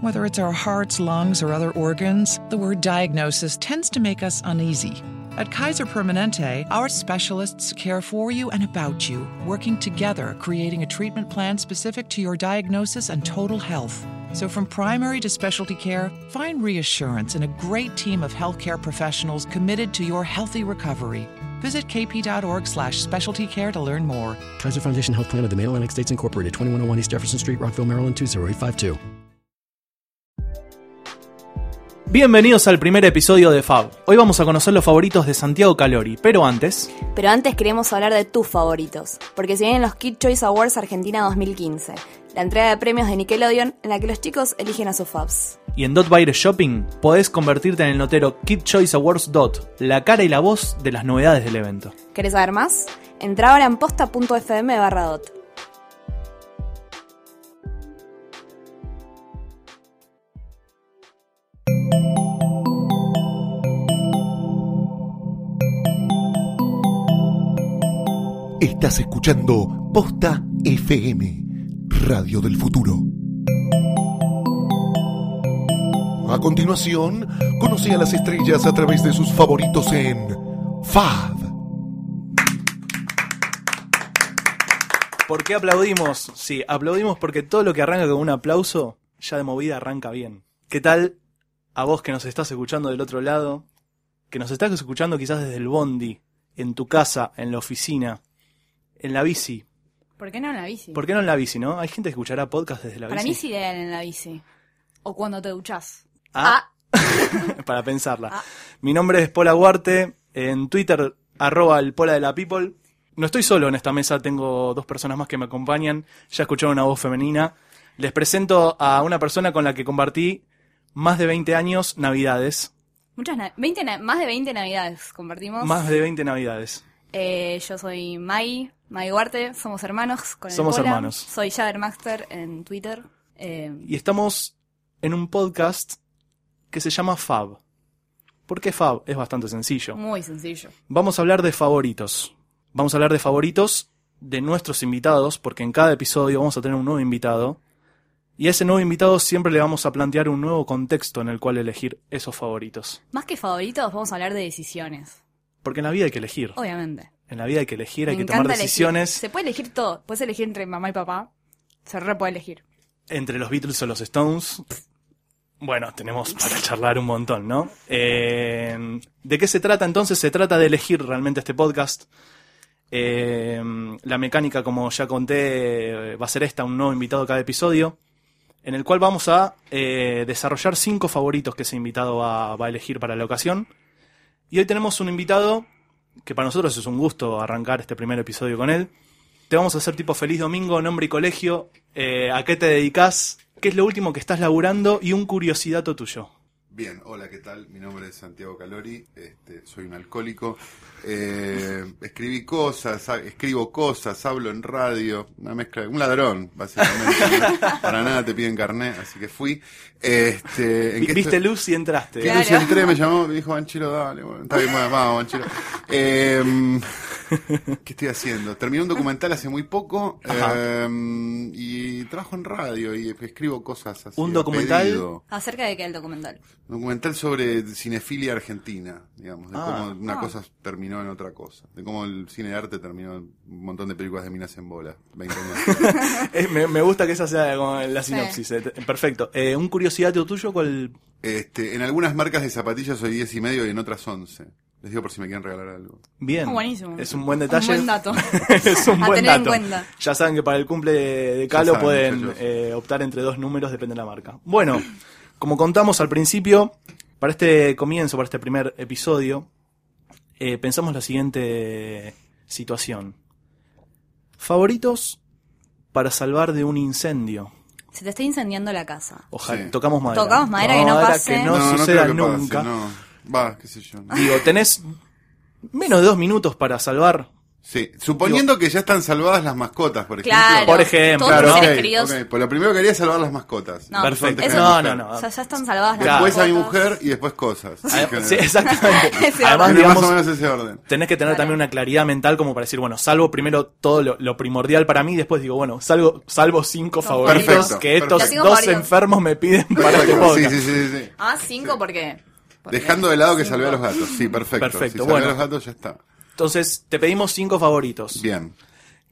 Whether it's our hearts, lungs, or other organs, the word diagnosis tends to make us uneasy. At Kaiser Permanente, our specialists care for you and about you, working together, creating a treatment plan specific to your diagnosis and total health. So, from primary to specialty care, find reassurance in a great team of healthcare professionals committed to your healthy recovery. Visit kp.org slash specialty care to learn more. Kaiser Foundation Health Plan of the Main Atlantic States Incorporated, 2101 East Jefferson Street, Rockville, Maryland, 20852. Bienvenidos al primer episodio de Fab. Hoy vamos a conocer los favoritos de Santiago Calori, pero antes... Pero antes queremos hablar de tus favoritos, porque se vienen los Kid Choice Awards Argentina 2015, la entrega de premios de Nickelodeon en la que los chicos eligen a sus Fabs. Y en Dot Bayer Shopping podés convertirte en el notero Kid Choice Awards Dot, la cara y la voz de las novedades del evento. ¿Querés saber más? Entra ahora en posta.fm barra dot. Estás escuchando Posta FM, Radio del Futuro. A continuación, conoce a las estrellas a través de sus favoritos en FAB. ¿Por qué aplaudimos? Sí, aplaudimos porque todo lo que arranca con un aplauso, ya de movida arranca bien. ¿Qué tal a vos que nos estás escuchando del otro lado? Que nos estás escuchando quizás desde el bondi, en tu casa, en la oficina, en la bici. ¿Por qué no en la bici? ¿Por qué no en la bici, no? Hay gente que escuchará podcast desde la Para mí bici. es ideal en la bici. O cuando te duchás. Ah. para pensarla. Mi nombre es Pola Huarte, en Twitter, arroba el Pola de la People. No estoy solo en esta mesa, tengo dos personas más que me acompañan. Ya escucharon una voz femenina. Les presento a una persona con la que compartí más de 20 años navidades. Muchas na- 20 na- más de 20 navidades compartimos. Más de 20 navidades. Eh, yo soy Mai, Mai Huarte, somos hermanos con el Somos Pola. hermanos. Soy Jadermaster en Twitter. Eh, Y estamos en un podcast que se llama Fab. ¿Por qué Fab? Es bastante sencillo. muy sencillo. Vamos a hablar de favoritos. Vamos a hablar de favoritos de nuestros invitados, porque en cada episodio vamos a tener un nuevo invitado. Y a ese nuevo invitado siempre le vamos a plantear un nuevo contexto en el cual elegir esos favoritos. Más que favoritos, vamos a hablar de decisiones. Porque en la vida hay que elegir. Obviamente. En la vida hay que elegir, hay Me que tomar encanta elegir. decisiones Se puede elegir todo. Puedes elegir entre mamá y papá. Se re puede elegir. entre los Beatles o los Stones. Bueno, tenemos para charlar un montón, ¿no? Eh, ¿De qué se trata entonces? Se trata de elegir realmente este podcast. Eh, la mecánica, como ya conté, eh, va a ser esta, un nuevo invitado cada episodio, en el cual vamos a eh, desarrollar cinco favoritos que ese invitado va, va a elegir para la ocasión. Y hoy tenemos un invitado que para nosotros es un gusto arrancar este primer episodio con él. Te vamos a hacer tipo feliz domingo, nombre y colegio, eh, a qué te dedicas, qué es lo último que estás laburando y un curiosidato tuyo. Bien, hola, ¿qué tal? Mi nombre es Santiago Calori, este, soy un alcohólico. Eh, escribí cosas, ha- escribo cosas, hablo en radio, una mezcla, de- un ladrón, básicamente. ¿no? Para nada te piden carnet, así que fui. Este, Vi- qué Viste estoy? luz y entraste. Sí, Lucy, entré, me llamó, me dijo, Banchero, dale, bueno, está bien, bueno, vamos, Banchero. Eh, ¿Qué estoy haciendo? Terminé un documental hace muy poco Ajá. eh, y trabajo en radio y escribo cosas así. ¿Un a documental? pedido. Acerca de que el documental. Un documental sobre cinefilia argentina, digamos, de Ah. cómo una Ah. cosa terminó en otra cosa, de cómo el cine de arte terminó en un montón de películas de minas en bola, 20 años. Eh, me, me gusta que esa sea como la sinopsis. eh, te- Perfecto. Eh, un curiosidato tuyo, ¿cuál? este, en algunas marcas de zapatillas soy 10 y medio y en otras 11. Les digo por si me quieren regalar algo. Bien. Ah, Buenísimo. Es un buen detalle. Un buen dato. es un A buen tener en dato. cuenta. Ya saben que para el cumple de Calo saben, pueden muchachos. eh, optar entre dos números, depende de la marca. Bueno, como contamos al principio, para este comienzo, para este primer episodio, eh, pensamos la siguiente situación. Favoritos para salvar de un incendio. Se te está incendiando la casa. Ojalá, Sí. tocamos madera. Tocamos madera que no pase. que no, creo suceda que pase, nunca. no. Va, qué sé yo. no. Digo, tenés menos de dos minutos para salvar Sí, suponiendo que ya están salvadas las mascotas, por ejemplo. Claro. Por ejemplo, Todos los Claro, ¿no? seres ok, queridos. ok. Pues lo primero que haría es salvar las mascotas. No. Perfecto. Eso- no, no, no. O sea, ya están salvadas las Después a mi mascotas. mujer y después cosas. en Adem- general. Sí, exactamente. Ese Además, Tiene más o digamos, menos ese orden. tenés que tener también una claridad mental como para decir, bueno, salvo primero todo lo, lo primordial para mí, después digo, bueno, salvo, salvo cinco favoritos Perfecto, que perfecto. estos Los cinco dos favoritos. enfermos me piden para este Perfecto, Sí, podcast. sí, sí, sí. Ah, cinco porque. porque Dejando de lado que cinco. salvé a los gatos. Sí, perfecto. Perfecto, si salvé bueno. a los gatos ya está. Entonces, te pedimos cinco favoritos. Bien.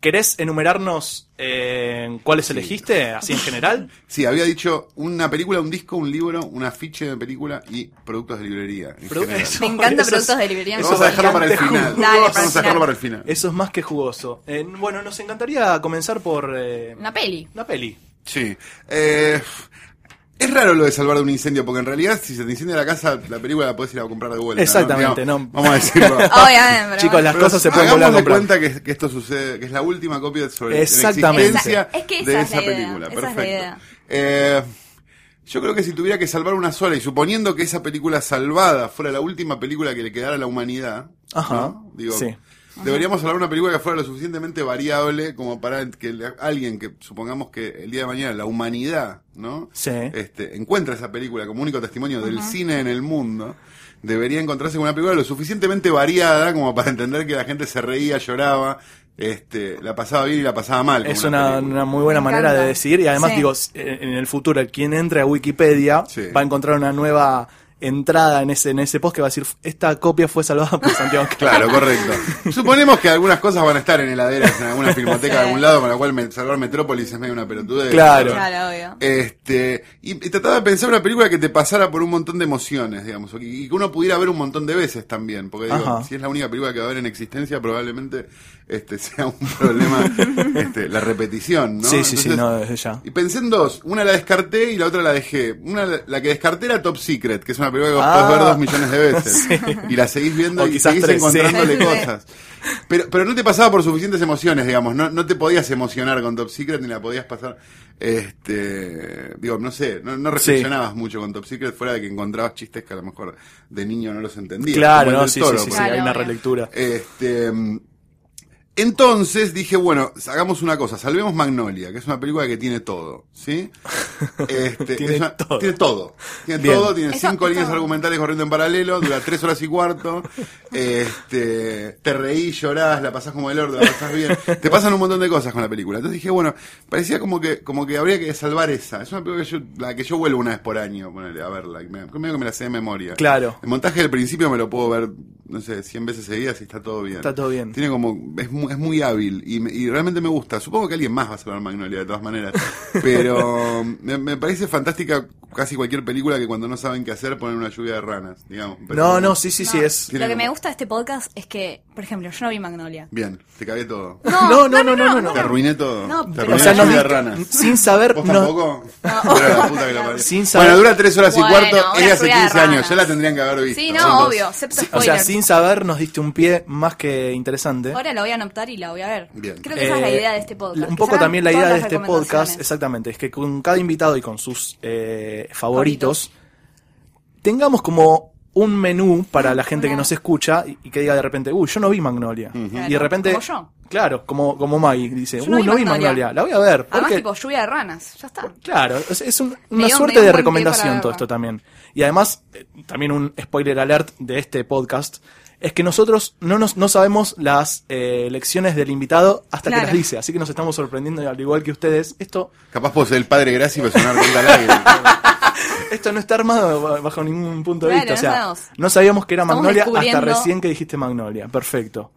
¿Querés enumerarnos eh, cuáles elegiste, así en general? Sí, había dicho una película, un disco, un libro, un afiche de película y productos de librería. en Produ- general. eso- Me encanta eso productos es- de librería. eso Vamos a es dejarlo para el bastante final. jugo- Dale, para el Vamos a final. dejarlo para el final. Eso es más que jugoso. Eh, bueno, nos encantaría comenzar por eh, Una peli. una peli. Sí. Eh, es raro lo de salvar de un incendio, porque en realidad si se te incendia la casa, la película la puedes ir a comprar de vuelta. ¿no? Exactamente, Digamos, no. Vamos a decirlo. Obviamente, pero Chicos, bueno. las cosas se pueden hagamos volver a de comprar. cuenta que, que esto sucede, que es la última copia sobre la Exactamente. existencia Esa- es que esa de es esa la idea, película. esa es la Perfecto. idea. Eh, yo creo que si tuviera que salvar una sola, y suponiendo que esa película salvada fuera la última película que le quedara a la humanidad, Ajá, ¿no? digo, sí. deberíamos salvar una película que fuera lo suficientemente variable como para que le- alguien que supongamos que el día de mañana la humanidad, ¿no? Sí. Este, encuentra esa película como único testimonio del cine en el mundo, debería encontrarse con una película lo suficientemente variada como para entender que la gente se reía, lloraba, este, la pasaba bien y la pasaba mal. con Es una, película. una muy buena Me manera de encanta. decir. Y además, Sí. digo, s- eh, en el futuro, quien entre a Wikipedia Sí. va a encontrar una nueva entrada en ese, en ese post que va a decir: Esta copia fue salvada por Santiago Castro". Claro, correcto. Suponemos que algunas cosas van a estar en heladeras, en alguna filmoteca de algún lado, con la cual me- salvar Metrópolis es medio una pelotudez. Claro. pero- Claro, obvio. Este, y, y trataba de pensar una película que te pasara por un montón de emociones, digamos, y, y que uno pudiera ver un montón de veces también, porque digo, Ajá. si es la única película que va a haber en existencia, probablemente este sea un problema este, la repetición, ¿no? Sí, sí, sí, Entonces, no, desde ya. Y pensé en dos, una la descarté y la otra la dejé. Una la- la que descarté era Top Secret, que es una película que vos Ah. podés ver dos millones de veces. Y la seguís viendo O y quizás seguís tres, sí. encontrándole Sí. cosas. Pero, pero no te pasaba por suficientes emociones, digamos. No, no te podías emocionar con Top Secret ni la podías pasar. Este, digo, no sé, no, no reflexionabas mucho con Top Secret fuera de que encontrabas chistes que a lo mejor de niño no los entendías. Claro, como el no, del sí, toro, sí, sí, sí, por hay Claro, una obvio. relectura. este, mm, entonces dije, bueno, hagamos una cosa, salvemos Magnolia, que es una película que tiene todo, ¿sí? Este, Tiene es una- todo. Tiene todo. Tiene Bien. todo, tiene Eso- cinco líneas todo. argumentales corriendo en paralelo, dura tres horas y cuarto, este, te reís, llorás, la pasás como el orto, la pasás bien. Te pasan un montón de cosas con la película. Entonces dije, bueno, parecía como que, como que habría que salvar esa. Es una película que yo, la que yo vuelvo una vez por año, ponele, a verla, y me, medio que me la sé de memoria. Claro. El montaje del principio me lo puedo ver, no sé, 100 veces seguidas y está todo bien. Está todo bien. Tiene como, es muy, es muy hábil y, me- y realmente me gusta. Supongo que alguien más va a salvar Magnolia de todas maneras. Pero me, me parece fantástica casi cualquier película que cuando no saben qué hacer ponen una lluvia de ranas, digamos. Pero No, bueno. no, sí, sí, sí, es. Tiene Lo que como- me gusta de este podcast es que, por ejemplo, yo no vi Magnolia. Bien, te cagué todo. No, no, no, no, no. Te arruiné todo. No, te pero- arruiné O sea, la no, lluvia de ranas. sin saber, ¿Vos no- tampoco? Pero la puta que la parió. Sin saber- Bueno, dura tres horas y Bueno, cuarto. una Es de hace lluvia de 15 años. ranas. Ya la tendrían que haber visto. Sí, Todos. no, obvio, excepto o spoilers. sea, sin saber, nos diste un pie más que interesante. Ahora la voy a anotar y la voy a ver. Bien. Creo que esa es la Eh, idea de este podcast. Un que poco salgan también la todas idea de las este podcast, recomendaciones. exactamente, es que con cada invitado y con sus eh, favoritos, tengamos como un menú para la gente que Una- nos escucha y, y que diga de repente, uy, yo no vi Magnolia. Y de Claro, repente... como yo. Claro, como, como Maggie dice, Yo uy, no vi, Magnolia. la voy a ver. Además, porque- tipo lluvia de ranas, ya está. Claro, es, es un- dio- una me suerte dio un de buen pie recomendación para todo verla. esto también. Y además, eh, también un spoiler alert de este podcast, es que nosotros no, nos, no sabemos las eh, lecciones del invitado hasta que Claro. las dice, así que nos estamos sorprendiendo y al igual que ustedes, esto, Capaz puedo ser el padre Graci para sonar contra el aire. esto no está armado ba- bajo ningún punto de Claro, vista, o no sea, sabemos. no sabíamos que era Estamos Magnolia hasta descubriendo- recién que dijiste Magnolia, perfecto.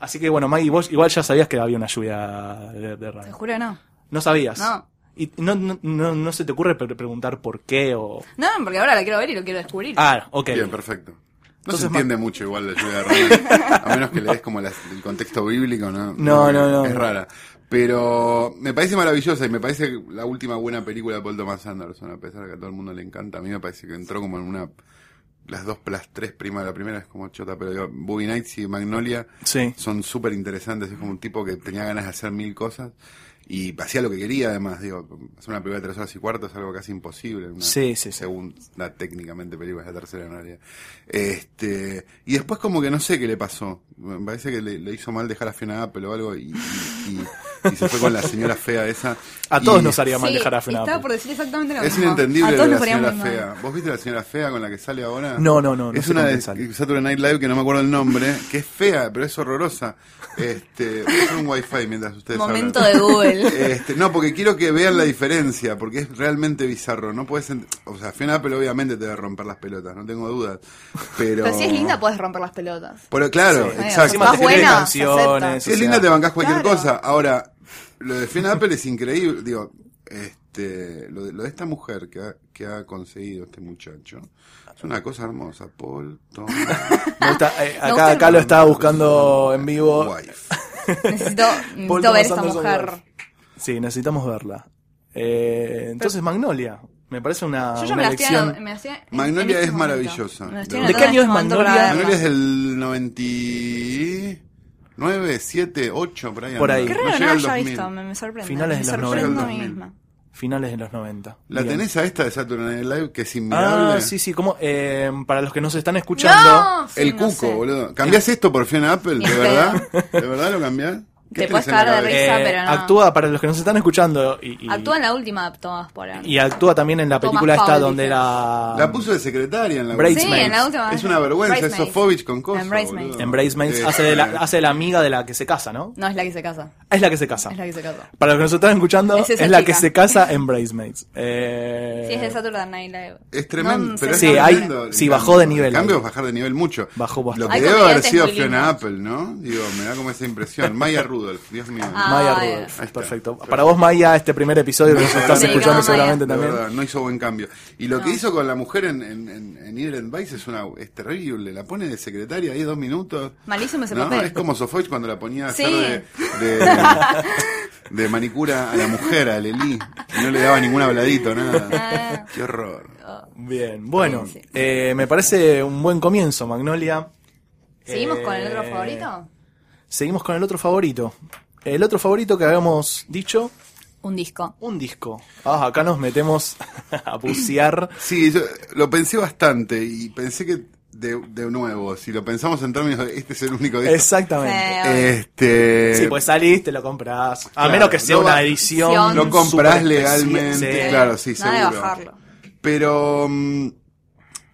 Así que bueno, Maggie, vos igual ya sabías que había una lluvia de, de Te ranas. juro que no. No sabías. No. Y no, no, no, no se te ocurre pre- preguntar por qué o... No, porque ahora la quiero ver y lo quiero descubrir. Ah, ok. Bien, perfecto. No Entonces, se entiende mucho igual la lluvia de ranas, a menos que le des como las- el contexto bíblico, ¿no? No, no, no. Es rara. Pero me parece maravillosa y me parece la última buena película de Paul Thomas Anderson, a pesar de que a todo el mundo le encanta. A mí me parece que entró como en una... Las dos, las tres primas, la primera es como chota, pero digo, Boogie Nights y Magnolia Sí. son súper interesantes. Es como un tipo que tenía ganas de hacer mil cosas. Y hacía lo que quería, además. Digo, hacer una película de tres horas y cuarto es algo casi imposible. en Una, Sí, sí, sí. Según la técnicamente película es la tercera en realidad. Este, y después como que no sé qué le pasó. Me parece que le, le hizo mal dejar a Fiona Apple o algo y, y- y- y se fue con la señora fea esa. A todos Y- nos haría mal dejar a Fiona Estaba Apple. por decir exactamente lo es mismo. inentendible A lo todos de la nos poníamos señora muy mal. fea. ¿Vos viste la señora fea con la que sale ahora? No, no, no, no Es sé una con de quién sale. Saturday Night Live que no me acuerdo el nombre, que es fea, pero es horrorosa. Este, voy a hacer un wifi mientras ustedes Momento hablan. de Google. Este, no, porque quiero que vean la diferencia, porque es realmente bizarro. No puedes, ent- o sea, Fiona Apple obviamente te va a romper las pelotas, no tengo dudas. Pero, Pero si es linda, puedes romper las pelotas. Pero claro, Sí. exacto. Encima te Más escribe buena, canciones. Si es o sea, Ah, linda, te bancás cualquier claro. cosa. Ahora, lo de Fiona Apple es increíble. Digo, este, lo de, lo de esta mujer que ha, que ha conseguido este muchacho es una cosa hermosa. Paul Thomas me gusta, eh, gusta acá, el- acá lo estaba buscando en vivo. Wife. Necesito, Paul necesito ver Thomas esta Anderson mujer. White. Sí, necesitamos verla. Eh, entonces, Magnolia. Me parece una, Yo una ya me la estoy elección. anotando- me la estoy- en- Ah, Magnolia en este es momento. maravillosa. Me la estoy ¿De anotando qué en año es este momento para Magnolia? Manuel verla. es del 99, 7, 8, por ahí. Por anda. ahí. Qué no raro, no, llega la al haya 2000. visto, me, me sorprende. Finales me de los sorprendo 90. a mí misma. Finales de los 90. La Bien. tenés a esta de Saturday Night Live que es inmirable. Ah, sí, sí. Como, eh, para los que nos están escuchando. Sí, El no cuco, sé. boludo. Eh. ¿Cambiás esto por Fiona Apple? Ni ¿De en verdad? ¿De verdad lo cambiás? ¿Qué Te tenés puedes en la cagar de cabeza? risa, pero no. eh, Actúa, para los que nos están escuchando. Y, y- Actúa en la última Thomas por ahí. y actúa también en la Thomas película esta Powell, donde dice. era. La puso de secretaria en la Bridesmaids. Sí, en la última. Es una vergüenza, es Bridesmaids. Sofovich con cosas. En Bridesmaids. boludo. En Bridesmaids Eh, hace, de la, hace de la amiga de la que se casa, ¿no? No, es la que se casa. Es la que se casa. Es la que se casa. Para los que nos están escuchando, es, Es esa la chica. que se casa en Bridesmaids. Eh, Sí, es de Saturday Night Live. Es tremendo, No, pero es Sí, hay- tremendo. el sí, cambio. bajó de nivel. El cambio es bajar de nivel mucho. Bajó bastante. Lo que Hay debe haber comediantes sido muy lindos. Fiona Apple, ¿no? Digo, me da como esa impresión. Maya Rudolph, Dios mío. Ah, Maya Ay. Rudolph. Ahí está. Perfecto. Para vos, Maya, este primer episodio que nos estás Sí, escuchando no, seguramente De también. verdad, no hizo buen cambio. Y lo que hizo con la mujer en, en, en, en Either and Vice es, una, es terrible. La pone de secretaria ahí dos minutos. Malísimo ese ¿no? papel. Es como Sofovich cuando la ponía a hacer Sí. de, de, de manicura a la mujer, a Lelí. Y No le daba ningún habladito, Ah. nada. Qué horror. Bien, bueno, eh, me parece un buen comienzo, Magnolia. ¿Seguimos Eh, con el otro favorito? Seguimos con el otro favorito. El otro favorito que habíamos dicho, Un disco. un disco. Ah, acá nos metemos a bucear. Sí, yo lo pensé bastante y pensé que de, de nuevo, si lo pensamos en términos de este es el único disco. Exactamente. Este, Sí, pues salís, te lo compras. A claro, menos que sea lo una va- edición. lo compras superespecial. legalmente, Sí. claro, sí, Nada de seguro. eh, bajarlo. Pero mm,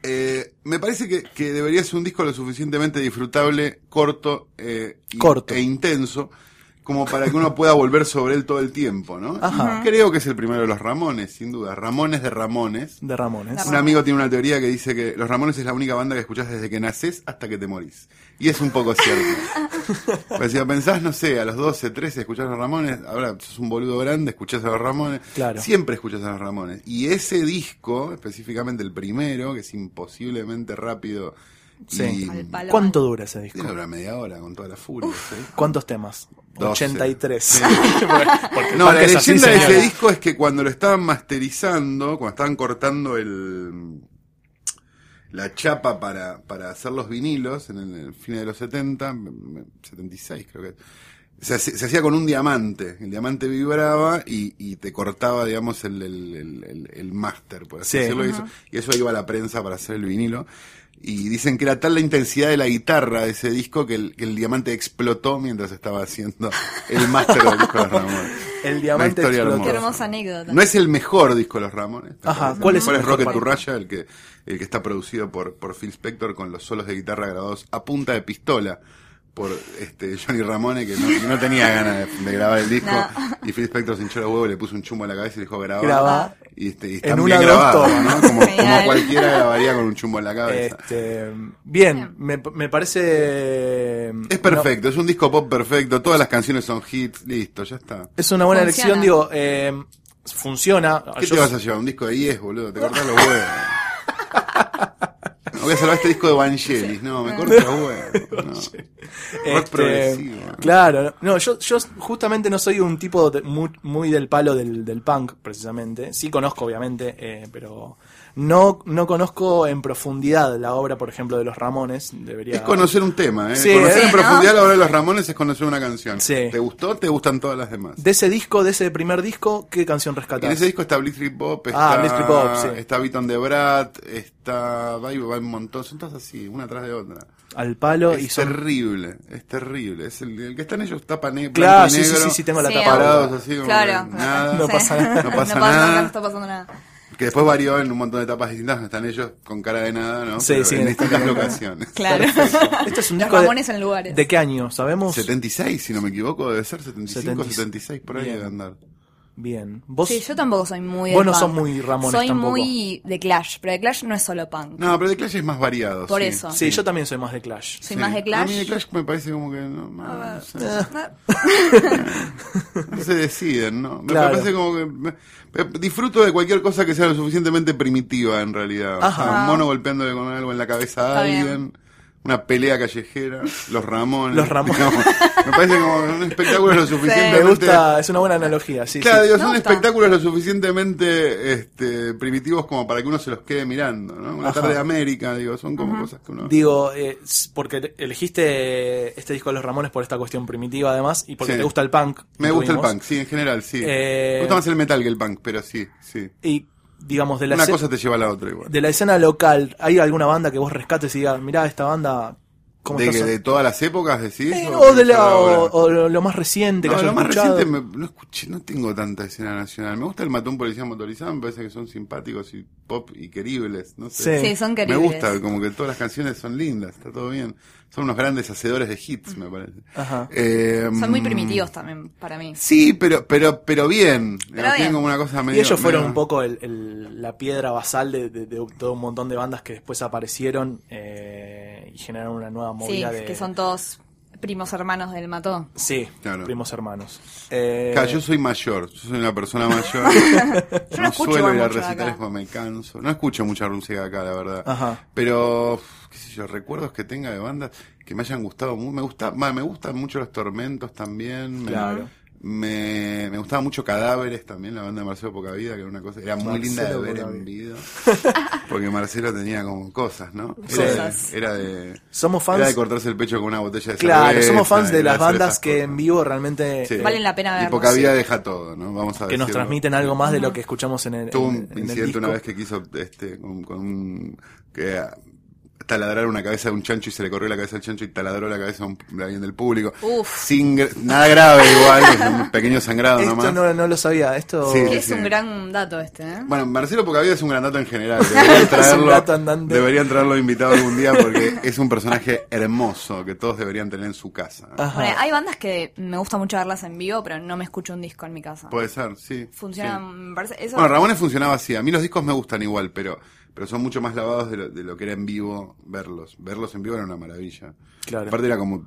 eh, me parece que, que debería ser un disco lo suficientemente disfrutable, corto, eh, y- Corto. e intenso, como para que uno pueda volver sobre él todo el tiempo, ¿no? Ajá. Y Creo que es el primero de los Ramones, sin duda. Ramones de Ramones. De ¿eh? Ramones. Un amigo tiene una teoría que dice que Los Ramones es la única banda que escuchás desde que naces hasta que te morís. Y es un poco cierto. Pues si lo pensás, no sé, a los 12, 13 escuchás a Los Ramones, ahora sos un boludo grande, escuchás a Los Ramones. Claro. Siempre escuchás a Los Ramones. Y ese disco, específicamente el primero, que es imposiblemente rápido. Sí. y- Al palo. ¿Cuánto dura ese disco? Debe durar media hora con toda la furia. ¿sí? ¿Cuántos temas? Doce. 83. No, la Porque es leyenda así, de ese señora. disco es que cuando lo estaban masterizando, cuando estaban cortando el la chapa para, para hacer los vinilos en el, en el fin de los 70, me- me- 76 creo que se, hace- se hacía con un diamante, el diamante vibraba y, y te cortaba, digamos, el, el, el, el- el máster, por así Sí. decirlo, y eso, y eso iba a la prensa para hacer el vinilo. Y dicen que era tal la intensidad de la guitarra de ese disco que el, que el diamante explotó mientras estaba haciendo el máster del disco de los Ramones. El Una diamante historia explotó. Qué hermosa. hermosa anécdota. No es el mejor disco de los Ramones. Ajá, ¿cuál es el es mejor Rocket para to ti? Raya, el que, el que está producido por, por Phil Spector con los solos de guitarra grabados a punta de pistola por este Johnny Ramone, que no, que no tenía ganas de, de grabar el disco. Y Phil Spector se hinchó los huevos, le puso un chumbo en la cabeza y le dijo grabá. Grabá. Y, este, y En están una, bien dos grabados, tomas. ¿no? Como, como Genial. cualquiera grabaría con un chumbo en la cabeza. Este, bien, me, me parece. Es perfecto, es un disco pop perfecto, todas las canciones son hits, listo, ya está. no, es una buena Funciona. elección, digo. eh, funciona. ¿Qué Ah, Yo- te vas a llevar? ¿Un disco de 10, boludo? Te cortás los huevos. Voy a salvar este disco de Vangelis. No, me corta huevo. No. Rock Este, progresivo. ¿eh? Claro, no, yo, yo justamente no soy un tipo de- muy, muy del palo del, del punk, precisamente. Sí conozco, obviamente, eh, pero no, no conozco en profundidad la obra, por ejemplo, de los Ramones. Debería... Es conocer un tema, ¿eh? Sí, conocer ¿eh? en Sí, ¿no? profundidad la obra de los Ramones es conocer una canción. Sí. ¿Te gustó? Te gustan todas las demás. De ese disco, de ese primer disco, ¿qué canción En rescatás? ese disco está Blitzkrieg Pop, Ah, está, Blitzkrieg Pop, sí. está Beat on the Brat, está... Hay, hay un montón, son todas así, una tras de otra. Al palo y es son... terrible, es terrible. Es el, el que están ellos tapa ne- blanco Claro, y sí, sí, negro, sí, sí, tengo la Sí, tapa. Parados así, como Claro, que nada. No sí. pasa nada. No pasa No, nada. está pasando nada. Que después varió en un montón de etapas distintas, donde están ellos con cara de nada, ¿no? Sí, Pero sí, en en distintas distintas- locaciones. Claro. Este es un Los disco de- Ramones en lugares. ¿De qué año? ¿Sabemos? 76, si no me equivoco, debe ser 75 o 76, por ahí Bien. debe andar. Bien. ¿Vos? Sí, yo tampoco soy muy de Vos no punk. sos muy Ramones Soy tampoco. muy de Clash, pero de Clash no es solo punk. No, pero de Clash es más variado. Por sí. eso. Sí, yo también soy más de Clash. Soy más de A Clash. mí de Clash me parece como que no, no, no sé, Ah, no se deciden, ¿no? Me Claro. parece como que me- me- disfruto de cualquier cosa que sea lo suficientemente primitiva en realidad. O sea, Ajá. un mono golpeándole con algo en la cabeza a Está bien. alguien. Una pelea callejera, los Ramones. Los Ramones. digamos. Me parece como un espectáculo lo suficientemente. Me gusta, es una buena analogía, sí. Claro, sí. digo, Me son gusta. espectáculos lo suficientemente este, primitivos como para que uno se los quede mirando, ¿no? Una Ajá. tarde de América, digo, son como cosas que uno. Digo, eh, s- porque elegiste este disco de los Ramones por esta cuestión primitiva, además, y porque Sí. te gusta el punk. Me gusta el incluimos. punk, sí, en general, sí. Eh, Me gusta más el metal que el punk, pero sí, sí. Y, digamos, de la, Una escena- cosa te lleva a la otra igual. de la escena local, ¿hay alguna banda que vos rescates y digas, mirá, esta banda, ¿cómo De, está de son-?" todas las épocas, decís. Eh, o, de la- ahora? o- o lo lo más reciente que No, hayas lo más escuchado. reciente me- no escuché, no tengo tanta escena nacional. Me gusta el matón policía motorizado, me parece que son simpáticos y pop y queribles, no sé. Sí. Sí, son me queribles. gusta, como que todas las canciones son lindas, está todo bien. Son unos grandes hacedores de hits, me parece. Ajá. Eh, Son muy primitivos también para mí. Sí, pero, pero, pero bien. Digamos, bien. Tienen como una cosa Y medio- ellos fueron medio- un poco el- el- la piedra basal de, de- de todo un montón de bandas que después aparecieron eh, y generaron una nueva Sí, movida de... que son todos primos hermanos del Mató. Sí, Claro. primos hermanos. Eh, Claro, yo soy mayor, yo soy una persona mayor. Yo no, no escucho suelo igual ir mucho a de recitales acá. porque me canso. No escucho mucha música acá, la verdad. Ajá. Pero, uf, qué sé yo, recuerdos que tenga de bandas que me hayan gustado mucho. Me, gusta, ma, me gustan mucho los tormentos también. Me, Claro. Me, me gustaba mucho Cadáveres también, la banda de Marcelo Pocavida, que era una cosa, era muy linda de Marcelo ver en Pocavida. vida. Porque Marcelo tenía como cosas, ¿no? Era, Cosas. de- era de. Somos fans- Era de cortarse el pecho con una botella de cerveza. Claro, somos fans y de las hacer bandas esas que cosas. en vivo realmente Sí. eh, Vale la pena Y verlos. Pocavida deja todo, ¿no? Vamos a que nos decirlo. transmiten algo más de lo que escuchamos en el, Tuvo en- un en el incidente una disco. vez que quiso este, con, con un. que ah, taladrar una cabeza de un chancho y se le corrió la cabeza al chancho y taladró la cabeza a, un- a alguien del público. Uf. Sin, gra- nada grave igual, es un pequeño sangrado Esto nomás. no, no lo sabía, esto... Sí, Que es sí. un gran dato este, ¿eh? Bueno, Marcelo Pocavida es un gran dato en general. Deberían traerlo, dato andante. deberían traerlo invitado algún día porque es un personaje hermoso que todos deberían tener en su casa. Ajá. Bueno, hay bandas que me gusta mucho verlas en vivo, pero no me escucho un disco en mi casa. Puede ser, sí. Funciona, sí. me parece. Eso, Bueno, Ramones funcionaba así. A mí los discos me gustan igual, pero, pero son mucho más lavados de lo, de lo que era en vivo verlos. Verlos en vivo era una maravilla. Claro. Aparte era como...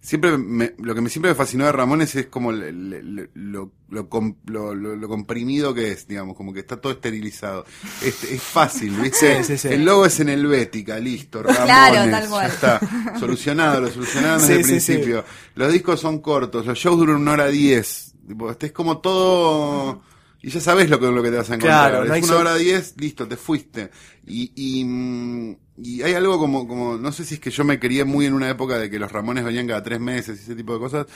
Siempre me- lo que me siempre me fascinó de Ramones es como le- le- le- lo, lo com- lo- lo- lo comprimido que es, digamos, como que está todo esterilizado. Es, es fácil, ¿viste? Sí, sí, sí. El logo es en Helvética, listo, Ramones, Claro, tal cual. ya está. Solucionado, lo solucionaron desde Sí, sí, el sí. principio. Los discos son cortos, los shows duran una hora diez. Tipo, este es como todo. Y ya sabes lo que, lo que te vas a encontrar. Claro, no es hay una so- hora diez, listo, te fuiste. Y, y, mm, y hay algo como, como, no sé si es que yo me crié muy en una época de que los Ramones venían cada tres meses y ese tipo de cosas.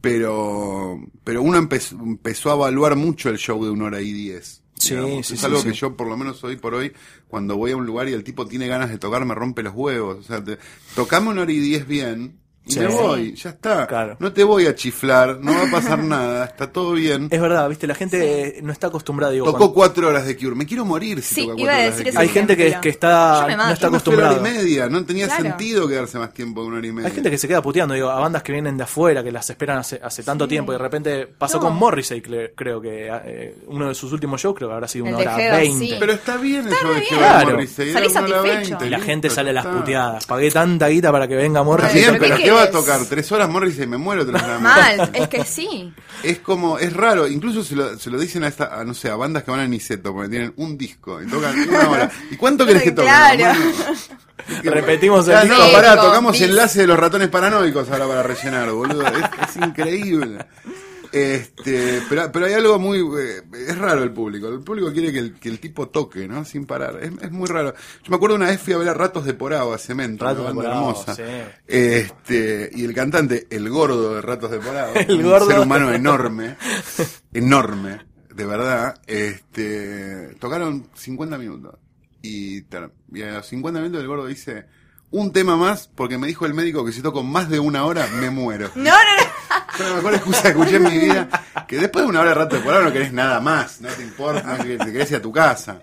Pero, pero uno empezó, empezó a evaluar mucho el show de una hora y diez. Sí, digamos. sí, es sí, algo sí. que yo por lo menos hoy por hoy, cuando voy a un lugar y el tipo tiene ganas de tocar, me rompe los huevos. O sea, te- tocame una hora y diez bien y Sí. me voy, ya está. Claro. No te voy a chiflar, no va a pasar nada, está todo bien. Es verdad, viste, la gente eh, no está acostumbrada, digo, Tocó cuando- cuatro horas de Cure, me quiero morir si Sí, toca iba cuatro a horas de decir Cure. eso. hay gente que, Mentira. que está, Yo me mato. no está Yo me fui a la hora acostumbrada. y media, no tenía Claro. sentido quedarse más tiempo que una hora y media. Hay gente que se queda puteando, digo, a bandas que vienen de afuera, que las esperan hace, hace tanto tiempo, y de repente pasó No. con Morrissey, cre- creo que eh, uno de sus últimos shows creo que habrá sido El una de hora Heather, veinte. sí. Pero está bien el show de Cure Claro. de Morrissey, era Salís una hora satisfecho. veinte, Y la listo, gente sale a ya las está. puteadas. Pagué tanta guita para que venga Está Morrissey. bien, Pero pero ¿qué ¿Qué va a tocar? Tres horas Morris y me muero tres horas más. Mal, es que sí. Es como, es raro, incluso se lo, se lo dicen a, esta, a, no sé, a bandas que van a Niceto, porque tienen un disco y tocan una hora. ¿Y cuánto querés que toquen? Claro. hermano? Repetimos el Ya, disco. no, pará, Disco, tocamos disco. enlace de los ratones paranoicos ahora para rellenar, boludo. Es, es increíble. Este, pero, pero hay algo muy. eh, es raro el público. El público quiere que el, que el tipo toque, ¿no? Sin parar. Es, es muy raro. Yo me acuerdo una vez fui a ver a Ratos de Porado a Cemento, Ratos una de banda Porado, hermosa. sí. Este, y el cantante, el gordo de Ratos de Porado, El un gordo. ser humano enorme, enorme, de verdad, este, tocaron 50 minutos. Y, ter- y a los 50 minutos el gordo dice, un tema más, porque me dijo el médico que si toco más de una hora, me muero. No, no, no. Fue la mejor excusa que escuché en mi vida. Que después de una hora de rato de porado no querés nada más, no te importa, no, que te querés ir a tu casa.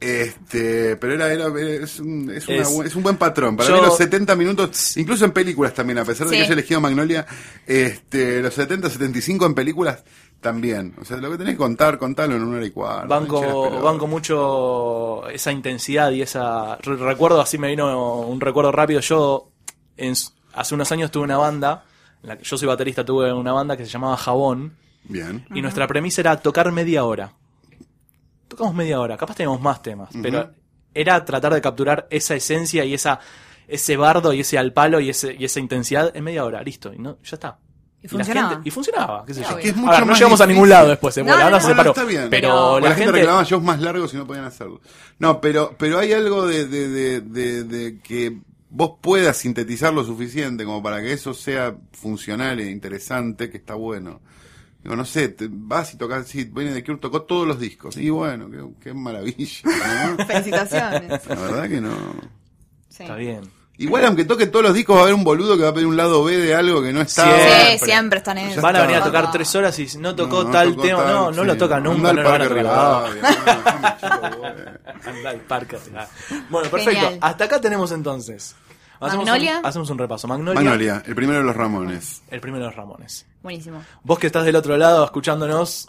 Este, pero era, era- era- es, un, es, una Es- bu- es un buen patrón. Para yo- mí los 70 minutos, incluso en películas también, a pesar de Sí. que haya elegido Magnolia, este, los 70, 75 en películas también. O sea, lo que tenés que contar, contalo en una hora y cuarto. no hinches las Banco, pelotas. banco mucho esa intensidad y esa. re- Recuerdo, así me vino un recuerdo rápido. Yo en s- hace unos años tuve una banda, en la que yo soy baterista, tuve una banda que se llamaba Jabón. Bien. Y nuestra premisa era tocar media hora. Tocamos media hora, capaz teníamos más temas, pero era tratar de capturar esa esencia y esa ese bardo y ese al palo y, ese, y esa intensidad en media hora, listo, y no, ya está. Y la funcionaba. gente- y funcionaba, qué sé yo. Es que es mucho Ahora, no más llegamos a ningún difícil. lado después, se No, bueno, ahora no, se no, separó. está bien. Pero O Pero la, gente, reclamaba shows más largos y no podían hacerlo. No, pero, pero hay algo de, de- de- de- de que vos puedas sintetizar lo suficiente como para que eso sea funcional e interesante, que está bueno. Digo, no sé, te- vas y tocas, sí, viene de Cure, tocó todos los discos. Y bueno, qué, qué maravilla, ¿no? Felicitaciones. La verdad que no. Sí. está bien. Igual, aunque toque todos los discos, va a haber un boludo que va a pedir un lado B de algo que no está. Sí, Siempre. siempre están en eso. Van a venir a está. tocar tres horas y si no tocó No, no tal tocó tema, tal, no, no sí. lo tocan Anda nunca, al no lo van a Parque tocar. Rivadavia, no, déjame, chico, boludo. Anda al parque. ah. Bueno, perfecto. Genial. Hasta acá tenemos entonces. Hacemos Magnolia. Un, hacemos un repaso. Magnolia, Magnolia, el primero de los Ramones. El primero de los Ramones. Buenísimo. Vos que estás del otro lado escuchándonos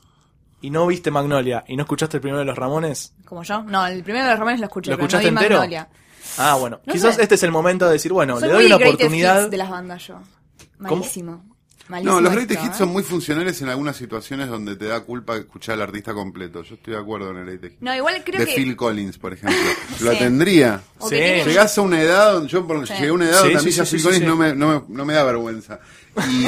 y no viste Magnolia y no escuchaste el primero de los Ramones. ¿Como yo? No, el primero de los Ramones lo escuché, ¿Lo pero escuchaste no vi entero? Magnolia. Ah, bueno. No Quizás sé. este es el momento de decir, bueno, Soy le doy muy una greatest oportunidad. hits de las bandas yo. Malísimo. Malísimo No, esto, los greatest ¿eh? hits son muy funcionales en algunas situaciones donde te da culpa escuchar al artista completo. Yo estoy de acuerdo en el greatest hit. No, igual creo de que... Phil Collins, por ejemplo. Lo Sí. tendría. o Sí. que tienen- Llegás a una edad, donde- yo por- llegué a una edad Sí, donde a sí, mí sí, ya sí, Phil sí, Collins sí. No, me, no, me, no me da vergüenza. Y,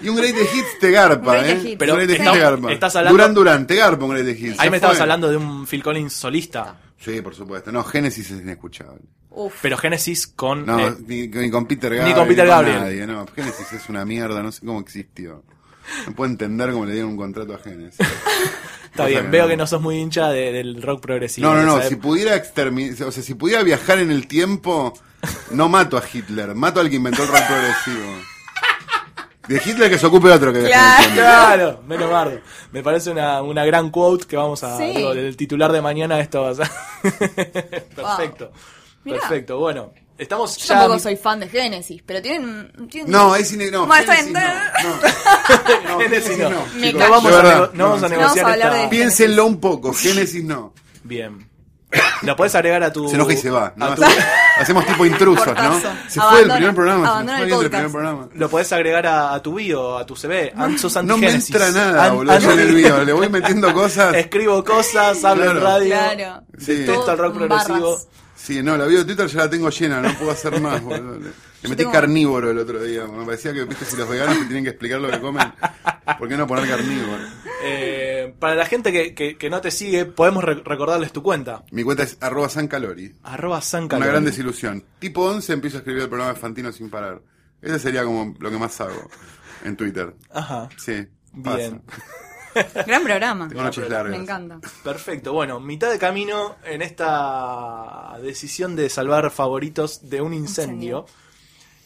y un greatest hits te garpa, Un greatest ¿eh? hits. Pero un greatest hits estamos- te garpa. estás hablando- Durán Durán, te garpa un greatest hits. Ahí Ya me estabas fue. hablando de un Phil Collins solista. Sí, por supuesto. No, Génesis es inescuchable. Uf. Pero Genesis con. No, eh, ni, ni con Peter ni Gabriel. con Peter Gabriel. nadie, no. Genesis es una mierda, no sé cómo existió. No puedo entender cómo le dieron un contrato a Genesis. está bien, veo que no sos muy hincha de- del rock progresivo. No, no, de no. esa Si época. pudiera exterminar, o sea, si pudiera viajar en el tiempo, no mato a Hitler, mato al que inventó el rock progresivo. De Hitler que se ocupe otro que viaje en Claro. el tiempo. Claro, menos bardo. Me parece una, una gran quote que vamos a. Sí. digo, del titular de mañana esto va a ser. Perfecto. Mirá. Perfecto. Bueno, estamos Yo ya. tampoco soy fan de Genesis, pero tienen... tienen- No, es cine, no. Bueno, está Génesis, bien. no, no. No, Génesis no. chicos, Me de No vamos, a, verdad, nego- no vamos a no. negociar Vamos a hablar esta- de- Piénsenlo un poco, Génesis no. Bien. ¿La puedes agregar a tu. Se enoja y se va. ¿no? a tu- Hacemos tipo intrusos, ¿no? Cortazo. Se fue del Abandona- primer programa. se nos abandona fue el alguien del podcast. primer programa. Lo podés agregar a, a tu bio, a tu CV. An- sos No me antigénesis. entra nada, An- boludo. an- Yo en el video le voy metiendo cosas. Escribo cosas, hablo en Claro. radio. Claro. Sí. Detesto el rock Todo progresivo. barras. Sí, no, la vida de Twitter ya la tengo llena, no puedo hacer más, boludo. Le- Le metí tengo- carnívoro el otro día. Me parecía que, viste, si los veganos te tienen que explicar lo que comen, ¿por qué no poner carnívoro? Eh, para la gente que, que- que no te sigue, podemos re- recordarles tu cuenta. Mi cuenta es arroba sancalori. Arroba San Una Calori. gran desilusión. Tipo 11 empiezo a escribir el programa de Fantino sin parar. Ese sería como lo que más hago en Twitter. Ajá. Sí, Ah, pasa. Bien. Gran programa. Tengo noches Me largas. encanta. Perfecto. Bueno, mitad de camino en esta decisión de salvar favoritos de un incendio.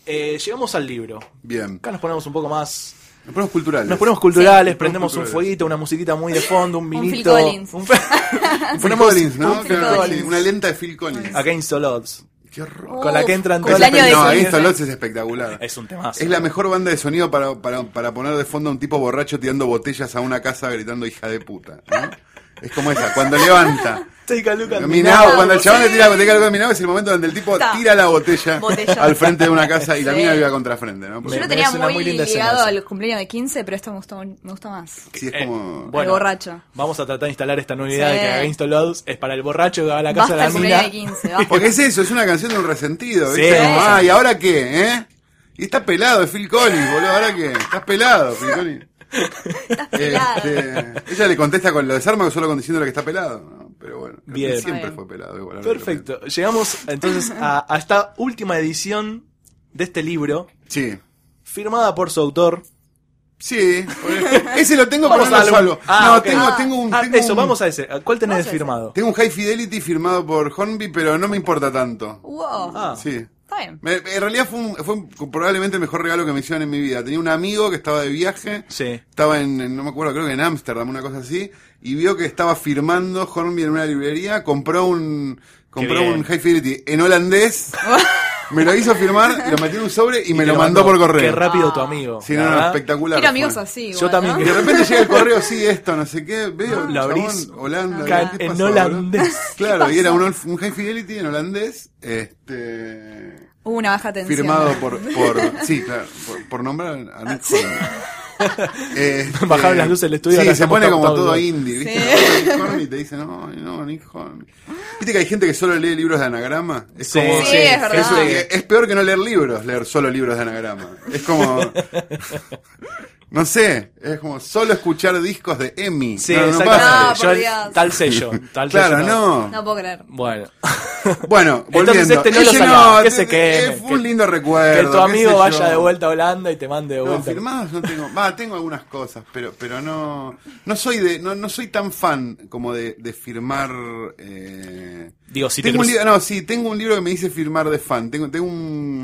Eh, llegamos al libro. Bien. Acá nos ponemos un poco más Nos ponemos culturales. Nos ponemos culturales, Sí, nos prendemos ponemos un culturales. fueguito, una musiquita muy de fondo, un Phil vinito. Collins. un fe- Ah, Phil ponemos Collins, ¿no? Phil Claro, Collins. sí, Una lenta de Phil Collins. Against All Odds. Qué horror. Con la que entran Oh, Con todas las el año de no, personas. ahí Genesis. Stolotz es espectacular. Es un temazo. Es la mejor banda de sonido para, para, para poner de fondo a un tipo borracho tirando botellas a una casa gritando hija de puta. ¿no? Es como esa, cuando levanta. Take a look at me Minao, now. cuando el chabón le tira la botella de Minao es el momento donde el tipo Ta. tira la botella Botella. al frente de una casa y la Sí. mina vive a contrafrente, ¿no? Yo Porque Me- lo tenía parece una muy, muy linda escena ligado esa. al cumpleaños de 15, pero esto me gustó, me gusta más. sí es Eh, como... bueno, borracho. Vamos a tratar de instalar esta nueva idea Sí. de que Against All Odds es para el borracho que va a la casa Basta el de la cumpleaños de mina. 15, basta. Porque es eso, es una canción de un resentido, Sí. ¿viste? Como, Sí. ah, ¿y ahora qué, eh? Y está pelado, es Phil Collins, boludo, ¿ahora qué? Estás pelado, Phil Collins. Este, ella le contesta con lo desarma solo con diciéndole que está pelado, ¿no? Pero bueno, creo que Bien. siempre Bien. fue pelado. Igual, Perfecto. Llegamos entonces a, a esta última edición de este libro, Sí. firmada por su autor. Sí, porque- ese lo tengo pero Vamos no lo a- salvo. Ah, no, ok. tengo, tengo un. Ah, tengo eso, un- vamos a ese. ¿Cuál tenés Vamos a ese. firmado? Tengo un High Fidelity firmado por Hornby, pero no me importa tanto. Wow. Ah, Sí. Está bien. Me- en realidad fue, un- fue un- probablemente el mejor regalo que me hicieron en mi vida. Tenía un amigo que estaba de viaje. sí. Estaba en, en- no me acuerdo, creo que en Ámsterdam, una cosa así. Y vio que estaba firmando Hornby en una librería. Compró un, compró bien. un High Fidelity en holandés. me lo hizo firmar, lo metió en un sobre y, me Te lo mandó, por correo. Qué rápido tu amigo. Sí, la no, no, verdad. espectacular. Quiero amigos fue. así, Yo igual, también ¿no? Y de repente llega el correo, sí, esto, no sé qué, veo, Lo chabón, abrís. Holanda, Ca- ¿qué en pasó, holandés. boludo? Claro, y era un, un High Fidelity en holandés, este, Hubo Uh, una baja tensión. firmado por, por, sí, claro, por, por nombrar a Nick Hornby. Este, Bajaron las luces del estudio, Sí, ahora se estamos pone como captados, todo ¿no? indie, ¿viste? Nick Hornby te dice, no, no, Nick Hornby. Viste que hay gente que solo lee libros de anagrama. Es Sí, como, Sí, es verdad. eso es, es peor que no leer libros, leer solo libros de anagrama. Es como. No sé, es como solo escuchar discos de Emmy. Sí, No, no exactamente. pasa. No, Ah, por Yo- Dios. tal sello. Tal Claro, sello, no. No puedo creer. Bueno. Bueno, volviendo. Entonces este no lo Ese sacaba, que te- se te- queme, Fue un que- lindo recuerdo. Que tu amigo qué sé vaya yo. de vuelta a Holanda y te mande de No, vuelta. firmados no tengo. Va, tengo algunas cosas, pero pero no no soy de no, no soy tan fan como de, de firmar. eh, Digo, si te tengo un cruz- libro, no, sí, tengo un libro que me dice firmar de fan. Tengo tengo un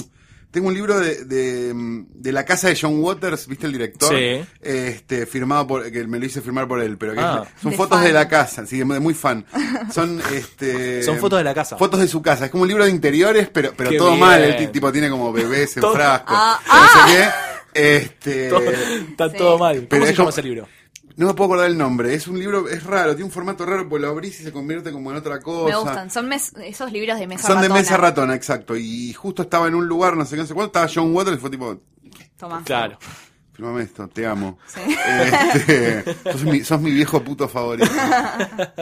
tengo un libro de, de, mm, de la casa de John Waters, ¿viste el director? Sí. Este, firmado por que me lo hice firmar por él, pero que Ah. es- son De fotos fan. de la casa, sí, de muy fan. Son este Son fotos de la casa. Fotos de su casa, es como un libro de interiores, pero pero Qué todo mal, el bien. ti- tipo tiene como bebés en Todo- frascos. Ah, no sé qué. Este Todo- está Sí. todo mal. ¿Cómo Pero se es llama como- ese libro? no me puedo acordar el nombre, es un libro, es raro, tiene un formato raro, pues lo abrís y se convierte como en otra cosa. Me gustan. Son mes- esos libros de mesa Son de ratona. mesa ratona, exacto. Y justo estaba en un lugar, no sé qué, no sé cuánto, estaba John Waters y fue tipo, Tomá. Claro. firmame esto, te amo. Sí. Este, sos, mi, sos mi viejo puto favorito.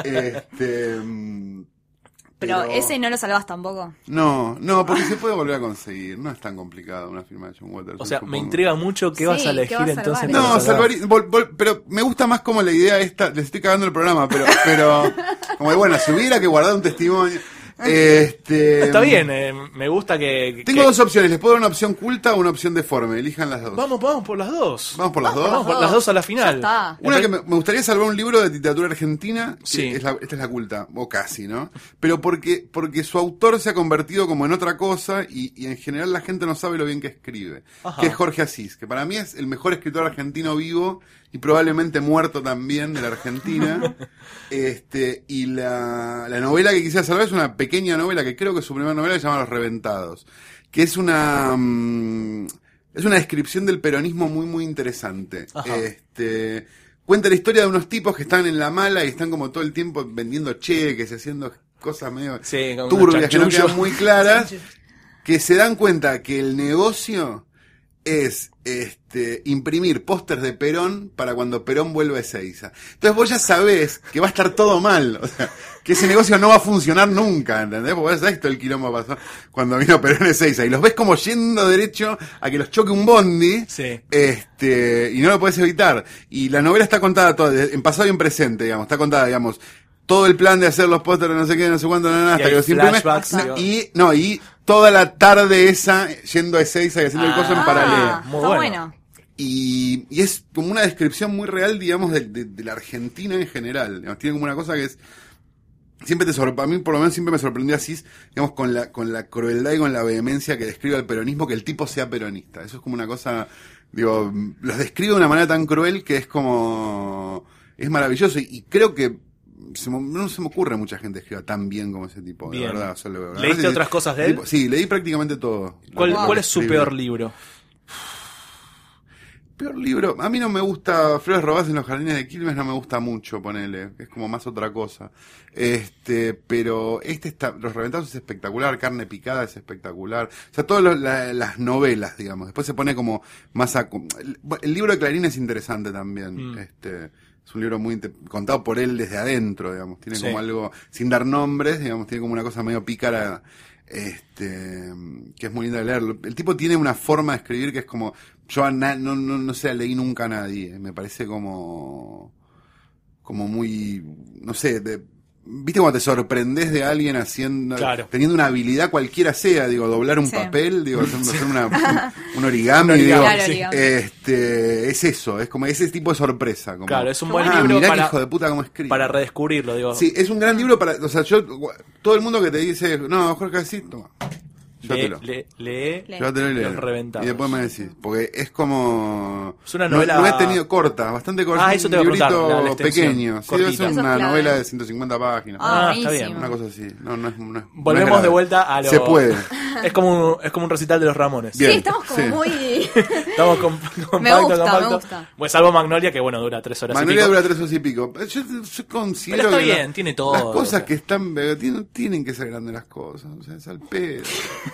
Este, mm, Pero, ese no lo salvas tampoco. No, no, porque se puede volver a conseguir. No es tan complicado una firma de John Waters. O sea, me supongo. intriga mucho qué Sí, vas a ¿qué elegir vas a entonces. salvar? para No, salvar. salvarí- vol- vol- pero me gusta más como la idea esta, les estoy cagando el programa, pero, pero como de, bueno, si hubiera que guardar un testimonio, este, Está bien, eh, me gusta que. Tengo que- dos opciones, les puedo dar una opción culta o una opción deforme, elijan las dos. Vamos, vamos por las dos. Vamos por las dos. Vamos por las dos a la final. Ya está. Una que me, me gustaría salvar un libro de literatura argentina, que Sí. es la- esta es la culta, o casi, ¿no? Pero porque, porque su autor se ha convertido como en otra cosa y, y en general la gente no sabe lo bien que escribe, Ajá. que es Jorge Asís, que para mí es el mejor escritor argentino vivo y probablemente muerto también de la Argentina. este Y la, la novela que quisiera salvar es una pequeña novela, que creo que es su primera novela, que se llama Los Reventados, que es una... mm, es una descripción del peronismo muy, muy interesante. Ajá. Este, cuenta la historia de unos tipos que están en la mala y están como todo el tiempo vendiendo cheques y haciendo cosas medio Sí, con unos turbias que no chanchullos. quedan muy claras, que se dan cuenta que el negocio es este imprimir pósters de Perón para cuando Perón vuelva a Ezeiza. Entonces vos ya sabés que va a estar todo mal, o sea, que ese negocio no va a funcionar nunca, ¿entendés? Porque vos sabés todo el quilombo pasó cuando vino Perón a Ezeiza. Y los ves como yendo derecho a que los choque un bondi, Sí. este, y no lo puedes evitar. Y la novela está contada toda, de- en pasado y en presente, digamos, está contada, digamos, todo el plan de hacer los pósteres, no sé qué, no sé cuándo, no, no, hasta hay que los imprimes. flashbacks, No, digo. y, no, y toda la tarde esa, yendo a Ezeiza y haciendo el coso en Ah. paralelo. Ah, Muy está bueno. bueno. Y, y es como una descripción muy real, digamos, de, de- de la Argentina en general. Digamos, tiene como una cosa que es. Siempre te sorpre- a mí por lo menos siempre me sorprendió así, digamos, con la, con la crueldad y con la vehemencia que describe el peronismo, que el tipo sea peronista. Eso es como una cosa, digo, los describe de una manera tan cruel que es como, es maravilloso y, y creo que se me- no se me ocurre mucha gente que escriba tan bien como ese tipo, Bien. de verdad. o sea, lo- la ¿Leíste verdad es- otras cosas de él? Sí, leí prácticamente todo. ¿Cuál, Lo que cuál es su escribe. peor libro? Peor libro. A mí no me gusta Flores Robadas en los Jardines de Quilmes, no me gusta mucho, ponele. Es como más otra cosa. Este, pero este está, Los Reventados es espectacular, Carne Picada es espectacular. O sea, todas los- la- las novelas, digamos. Después se pone como más a- el, el libro de Clarín es interesante también. Este, es un libro muy inte- contado por él desde adentro, digamos. Tiene Sí. como algo, sin dar nombres, digamos, tiene como una cosa medio pícara, este, que es muy linda de leerlo. El tipo tiene una forma de escribir que es como, yo a na- no, no, no se la leí nunca a nadie, me parece como, como muy, no sé, de- viste cuando te sorprendes de alguien haciendo, Claro. teniendo una habilidad cualquiera sea, digo, doblar un Sí. papel, digo, hacer, hacer una- un origami, origami, digo, Claro, sí. origami. este, es eso, es como ese tipo de sorpresa, como, Claro, es un buen "Ah, libro mirá qué para- hijo de puta cómo escribe. Para redescubrirlo, digo. Sí, es un gran libro para. O sea, yo. Todo el mundo que te dice, no, Jorge, así, toma. Le- Llévatelo. le- lee. Le- Llévatelo y Los léelo. reventados. Y después me decís. Porque es como. Es una no- novela- No, he tenido corta, bastante corta. Ah, es eso un te iba a preguntar, librito la- la extensión, pequeño. Sí, cortita. es Eso es una clave. novela de 150 páginas. Ah, Ah, está bien. buenísimo. Una cosa así. No, no es. no es- no es Volvemos grave. de vuelta a lo. Se puede. Es como, un, es como un recital de los Ramones. Bien, sí, estamos como sí. muy. Estamos con, con Me pacto, gusta, con me pacto. gusta. Pues salvo Magnolia, que bueno, dura tres horas. y Magnolia pico. dura tres horas y pico. Yo, yo considero. Pero está que la- bien, tiene todo. Las cosas que están. eh, Tienen, tienen que ser grandes las cosas. O sea, es al pedo.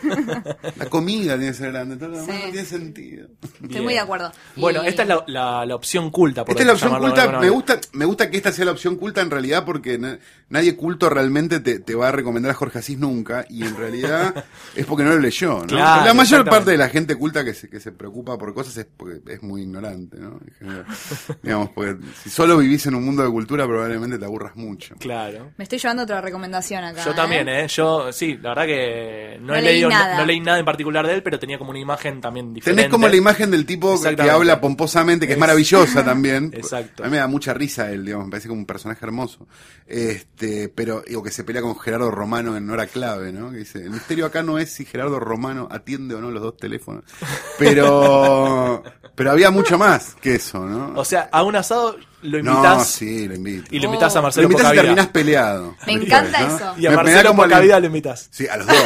la comida tiene que ser grande. Todo lo demás Sí. no tiene sentido. Estoy muy de acuerdo. Bueno, Y- esta es la, la- la opción culta. Por Esta es la opción llamarlo de culta. alguna Me manera. gusta, me gusta que esta sea la opción culta en realidad porque na- nadie culto realmente te, te va a recomendar a Jorge Asís nunca y en realidad es porque no lo leyó. ¿no? Claro, la mayor exactamente. parte de la gente culta que se, que se preocupa por cosas es porque es muy ignorante. ¿no? En general. Digamos, porque si solo vivís en un mundo de cultura probablemente te aburras mucho. Claro. Me estoy llevando otra recomendación acá. Yo también, ¿eh? Yo, sí, la verdad que no, No he leí leído, no- nada. No, leí nada en particular de él, pero tenía como una imagen también diferente. Tenés como la imagen del tipo que- que Exactamente. habla pomposamente, que es, Es- maravillosa también. Exacto. A mí me da mucha risa él, digamos, me parece como un personaje hermoso. Este, pero, digo, que se pelea con Gerardo Romano en hora clave, ¿no? Que dice, el misterio acá no es si Gerardo Romano atiende o no los dos teléfonos. Pero, pero había mucho más que eso, ¿no? O sea, a un asado lo no, invitas sí, lo invito. y lo invitas a Oh. Lo Marcelo invitas y Pocavila. terminás peleado. Me Después, encanta ¿no? eso. Y a Me- me da Marcelo como el- Pocavila lo invitas. Sí, a los dos.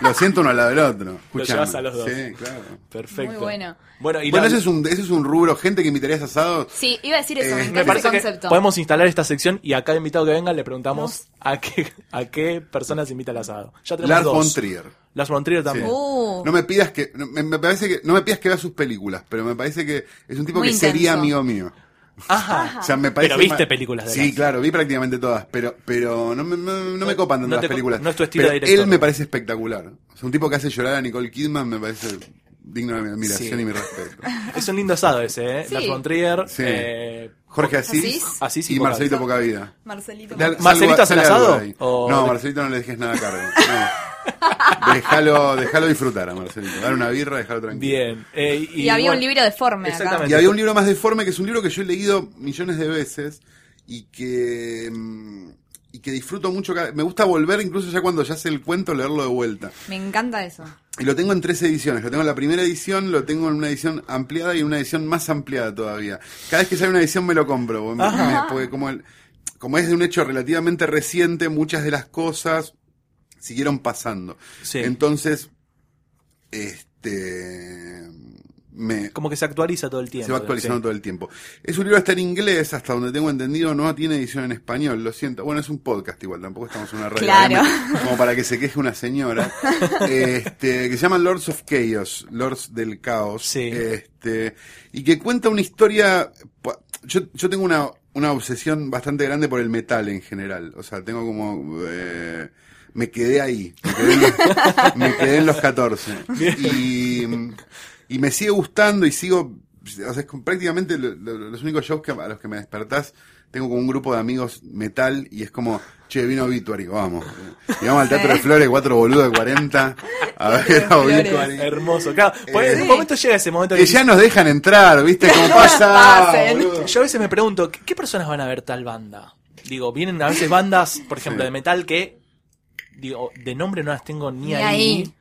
Lo siento uno al lado del otro. Escuchame. llevas a los dos. Sí, claro. Perfecto. Muy bueno. Bueno, y Bueno, la- ese es, un, ese es un rubro, gente que invitarías asado. Sí, iba a decir eso, me Eh, me encanta ese parece que concepto. podemos instalar esta sección y a cada invitado que venga le preguntamos a qué a qué personas invita el asado. Ya tenemos Lars dos. von Trier. Lars von Trier también. Sí. Uh, No me pidas que no, me, me parece que no me pidas que veas sus películas, pero me parece que es un tipo Muy que sería intenso. amigo mío. Ajá. O sea, me parece Pero viste ma- películas de Sí, Lars. claro, vi prácticamente todas, pero pero no me, no- no me copan tanto no las te co- películas. no es tu estilo Pero de director. Él me parece espectacular. O sea, un tipo que hace llorar a Nicole Kidman me parece digno de mi admiración Sí. y mi respeto. Es un lindo asado ese, ¿eh? Sí. Lars von Trier. Sí. eh, Jorge Asís, Asís. Asís y y Poca Marcelito Poca Vida. Marcelito. Dale, ¿Marcelito salgo- hace el sale algo asado? de ahí. ¿O No, de- Marcelito no le dejes nada a cargo. No. Déjalo, déjalo disfrutar a Marcelito. Dale una birra, déjalo tranquilo. Bien. Eh, y, Y, había bueno, un libro deforme acá. Exactamente. Y había un libro más deforme que es un libro que yo he leído millones de veces y que mm, y que disfruto mucho. cada- Me gusta volver incluso ya cuando ya sé el cuento leerlo de vuelta. Me encanta eso. Y lo tengo en tres ediciones. Lo tengo en la primera edición, lo tengo en una edición ampliada y en una edición más ampliada todavía. Cada vez que sale una edición me lo compro. porque me- me- porque como, el- como es de un hecho relativamente reciente, muchas de las cosas siguieron pasando. Sí. Entonces, este... Me, Como que se actualiza todo el tiempo. se va actualizando sí. todo el tiempo. Es un libro que está en inglés, hasta donde tengo entendido, no tiene edición en español, lo siento. Bueno, es un podcast igual, tampoco estamos en una radio. Claro. obviamente, Como para que se queje una señora. este, que se llama Lords of Chaos, Lords del Caos. Sí. Este, y que cuenta una historia. pa- Yo, yo tengo una, una obsesión bastante grande por el metal en general. O sea, tengo como. eh, me quedé ahí. Me quedé en los, me quedé en los 14. Y, y me sigue gustando y sigo. O sea, es como prácticamente lo- lo- los únicos shows que, a los que me despertás. Tengo como un grupo de amigos metal y es como, che, vino Obituary, vamos. eh, Y vamos al Teatro de Flores, cuatro boludos de 40, a ver a Flores. Obituary. Hermoso. Claro, pues, en un momento llega ese momento Que que Eh, ya nos dejan entrar, ¿viste? Como pasa. Pasen. boludo. Yo a veces me pregunto, ¿qué, qué personas van a ver tal banda? Digo, vienen a veces bandas, por ejemplo, Sí. de metal que, digo, de nombre no las tengo ni, Ni ahí. ahí.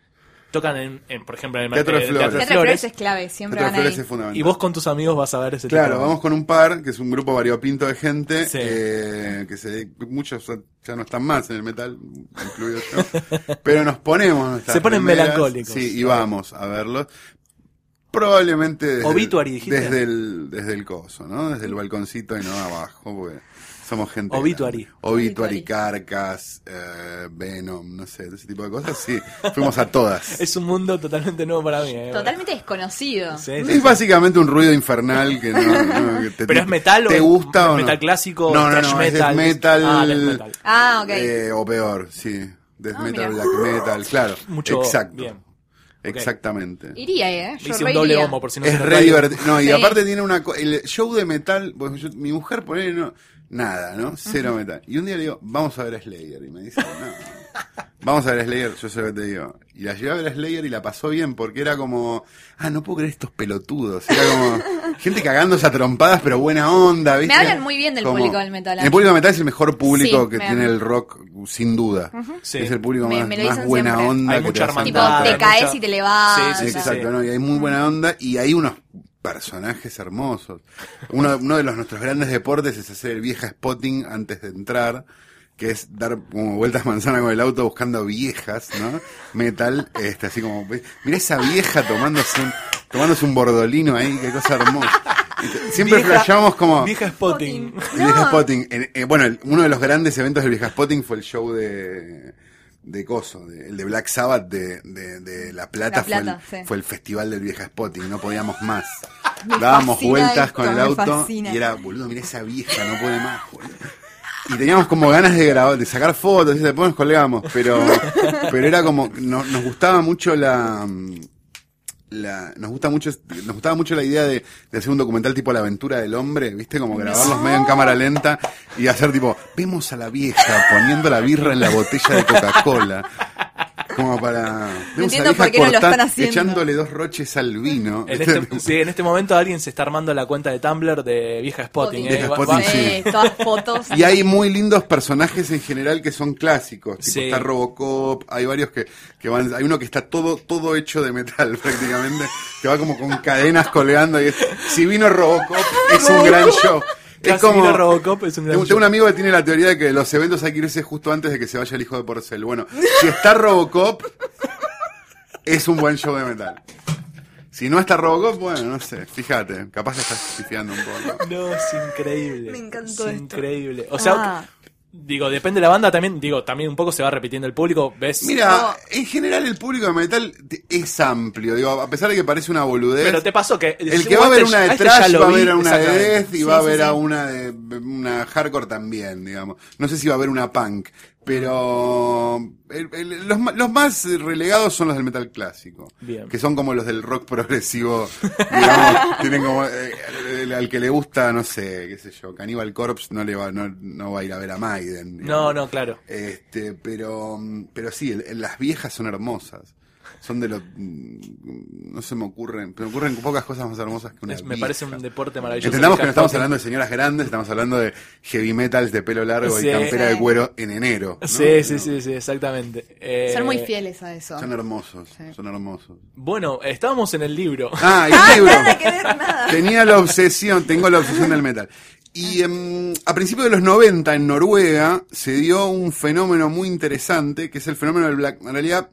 Tocan, en, en, por ejemplo, en el Teatro de eh, Flores. Teatro de Teatro de Flores. Flores es clave, siempre van Teatro de Flores es ahí. fundamental. Y vos con tus amigos vas a ver ese tipo Claro, de- vamos con un par, que es un grupo variopinto de gente, Sí. eh, que se, muchos ya no están más en el metal, incluido yo, pero nos ponemos nuestras Se ponen remeras, melancólicos. Sí, y vamos a verlos. Probablemente desde, Obituary, dijiste. desde el desde el coso, ¿no? Desde el balconcito y no abajo, porque somos gente Obituary. grande. Obituary, Carcas, eh, Venom, no sé, ese tipo de cosas. Sí, fuimos a todas. Es un mundo totalmente nuevo para mí. ¿eh? Totalmente desconocido. Sí, sí, Es básicamente un ruido infernal que no, no, que te- ¿Pero es metal o te es gusta o no? metal clásico, No, no, thrash no, es death metal? metal, Ah, death metal. Ah, ok. eh, o peor, sí, death Ah, metal, mira. black metal, claro, Mucho- exacto, bien. exactamente. Iría, ¿eh? Le Yo hice un re doble iría. homo por si no se Es nos re cae. divertido. No, y Sí. aparte tiene una. co- El show de metal. pues yo- mi mujer pone. No, nada, ¿no? Cero metal. Y un día le digo, vamos a ver a Slayer. Y me dice, no. Vamos a ver a Slayer, yo sé lo que te digo. Y la llevé a ver a Slayer y la pasó bien porque era como. Ah, no puedo creer estos pelotudos. Era como. Gente cagándose a trompadas, pero buena onda, ¿viste? hablan muy bien del público del metal. El público del metal es el mejor público Sí, que me- tiene el rock, sin duda. Sí. Es el público Me- más, me lo más dicen buena siempre. onda Hay que mucha te vas a hermandad. encontrar. Tipo, Hay te caes mucha- y te levantas. Sí, sí, sí, Exacto, ¿no? y hay muy buena onda y hay unos personajes hermosos. Uno, uno de los nuestros grandes deportes es hacer el vieja spotting antes de entrar, que es dar como vueltas manzana con el auto buscando viejas, ¿no? Metal, este, así como, ¿ves? mirá esa vieja tomándose un, tomándose un bordolino ahí, qué cosa hermosa. Y te- Siempre Vieja- flasheamos como... Vieja Spotting. El Vieja Spotting. En- eh, bueno, el- uno de los grandes eventos del Vieja Spotting fue el show de, de Coso, de- el de Black Sabbath de, de- de La Plata. La Plata, fue, el, sí. fue el festival del Vieja Spotting, no podíamos más. Me Dábamos fascina vueltas esto, con el me auto fascina. y era, boludo, mira esa vieja, no puede más, boludo. Y teníamos como ganas de grabar, de sacar fotos, y después nos colgamos, pero, pero era como, no- nos gustaba mucho la, mm, la- nos gusta mucho nos gustaba mucho la idea de, de hacer un documental tipo la aventura del hombre viste como grabarlos medio en cámara lenta y hacer tipo vemos a la vieja poniendo la birra en la botella de Coca Cola como para vemos entiendo por qué no lo cortan- están haciendo. echándole dos roches al vino En ¿viste? este, sí, en este momento alguien se está armando la cuenta de Tumblr de Vieja Spotting. ¿eh? Vieja Va- Spotting, va- sí. todas fotos. Y hay muy lindos personajes en general que son clásicos. Tipo, Sí. Está Robocop, hay varios que, que van. Hay uno que está todo, todo hecho de metal prácticamente, que va como con cadenas colgando. Y es- si vino Robocop, es un gran show. Es Casi como. mira Robocop, es un gran tengo, tengo show. un amigo que tiene la teoría de que los eventos hay que irse justo antes de que se vaya el hijo de Porcel. Bueno, si está Robocop, es un buen show de metal. Si no está Robocop, bueno, no sé, fíjate, capaz la estás pifiando un poco. No, es increíble. Me encantó Es esto. increíble. O sea, Ah. digo, depende de la banda también. Digo, también un poco se va repitiendo el público. ¿Ves? Mira, en general el público de metal te- es amplio, digo, a pesar de que parece una boludez. Pero te pasó que. este el que va a ver una de atrás trash va a ver a una de death y Sí, va a sí, ver a sí. una de una hardcore también, digamos. No sé si va a haber una punk, pero el- el- los, ma- los más relegados son los del metal clásico, Bien. que son como los del rock progresivo, digamos, tienen como eh, el- al que le gusta, no sé, qué sé yo, Cannibal Corpse no le va no, no va a ir a ver a Maiden. No, digamos. no, claro. Este, pero, mm, pero sí, el- el- las viejas son hermosas. Son de los. mm, No se me ocurren. Pero me ocurren pocas cosas más hermosas que una. Es- me parece un vieja. deporte maravilloso. Entendamos que no estamos Spotting. hablando de señoras grandes, estamos hablando de heavy metals de pelo largo Sí. y campera de cuero en enero. ¿no? Sí, sí, No, sí, sí, exactamente. Eh, Son muy fieles a eso. Son hermosos, Sí. son hermosos. Bueno, estábamos en el libro. Ah, el libro. Nada que ver, nada. Tenía la obsesión, tengo la obsesión del metal. Y em, a principios de los 90 en Noruega se dio un fenómeno muy interesante, que es el fenómeno del black. En realidad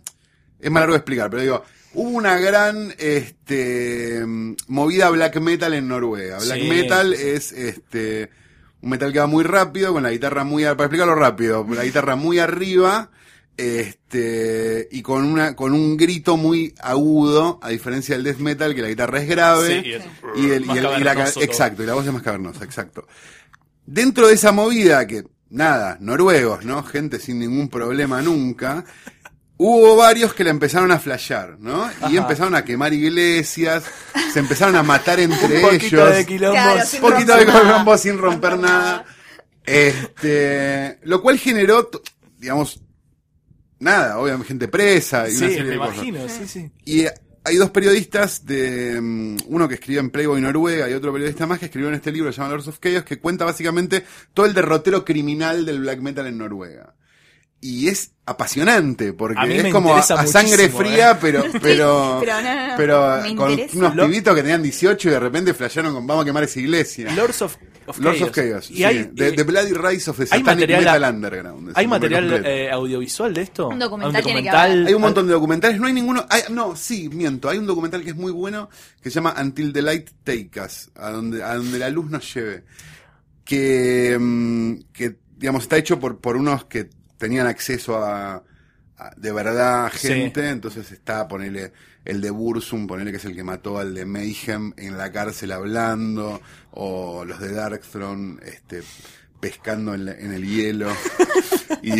es más largo de explicar, pero digo, hubo una gran este, em, movida black metal en Noruega. Black Sí, metal sí, sí. es este un metal que va muy rápido, con la guitarra muy a- para explicarlo rápido, la guitarra muy arriba, este, y con una, con un grito muy agudo, a diferencia del death metal, que la guitarra es grave. Sí, y es- y el- y más el- y la ca- cavernoso todo. exacto, y la voz es más cavernosa, exacto. Dentro de esa movida que, nada, noruegos, ¿no? Gente sin ningún problema nunca. Hubo varios que la empezaron a flashear, ¿no? Y empezaron a quemar iglesias, se empezaron a matar entre Un poquito ellos. de quilombo. Claro, Un sin poquito de romper nada. quilombo sin romper nada. Este, lo cual generó, t- digamos, nada, obviamente gente presa y Sí, una serie me de cosas. imagino, sí, sí. Y eh, hay dos periodistas, de mm, uno que escribió en Playboy Noruega y otro periodista más que escribió en este libro llamado Lords of Chaos, que cuenta básicamente todo el derrotero criminal del black metal en Noruega. Y es apasionante, porque A mí me es como a, interesa a sangre muchísimo, fría, eh. pero, pero, pero no, no, no, pero me con interesa. unos Lo- pibitos que tenían 18 y de repente flashearon con vamos a quemar esa iglesia. Lords of of Lords Chaos. of Chaos. Y sí. hay, The, eh, the Bloody Rise of the hay Satanic material- Metal Underground. es ¿hay el nombre material completo. eh, audiovisual de esto? Un documental tiene que Hay un montón de documentales, no hay ninguno. hay- no, sí, miento. Hay un documental que es muy bueno que se llama Until the Light Take Us, a donde, a donde la luz nos lleve. Que, mm, que digamos, está hecho por, por unos que tenían acceso a, a- de verdad a Sí. gente. Entonces está, ponele, el de Bursum, ponele que es el que mató al de Mayhem en la cárcel hablando, o los de Darkthrone, este, pescando en, la- en el hielo. y,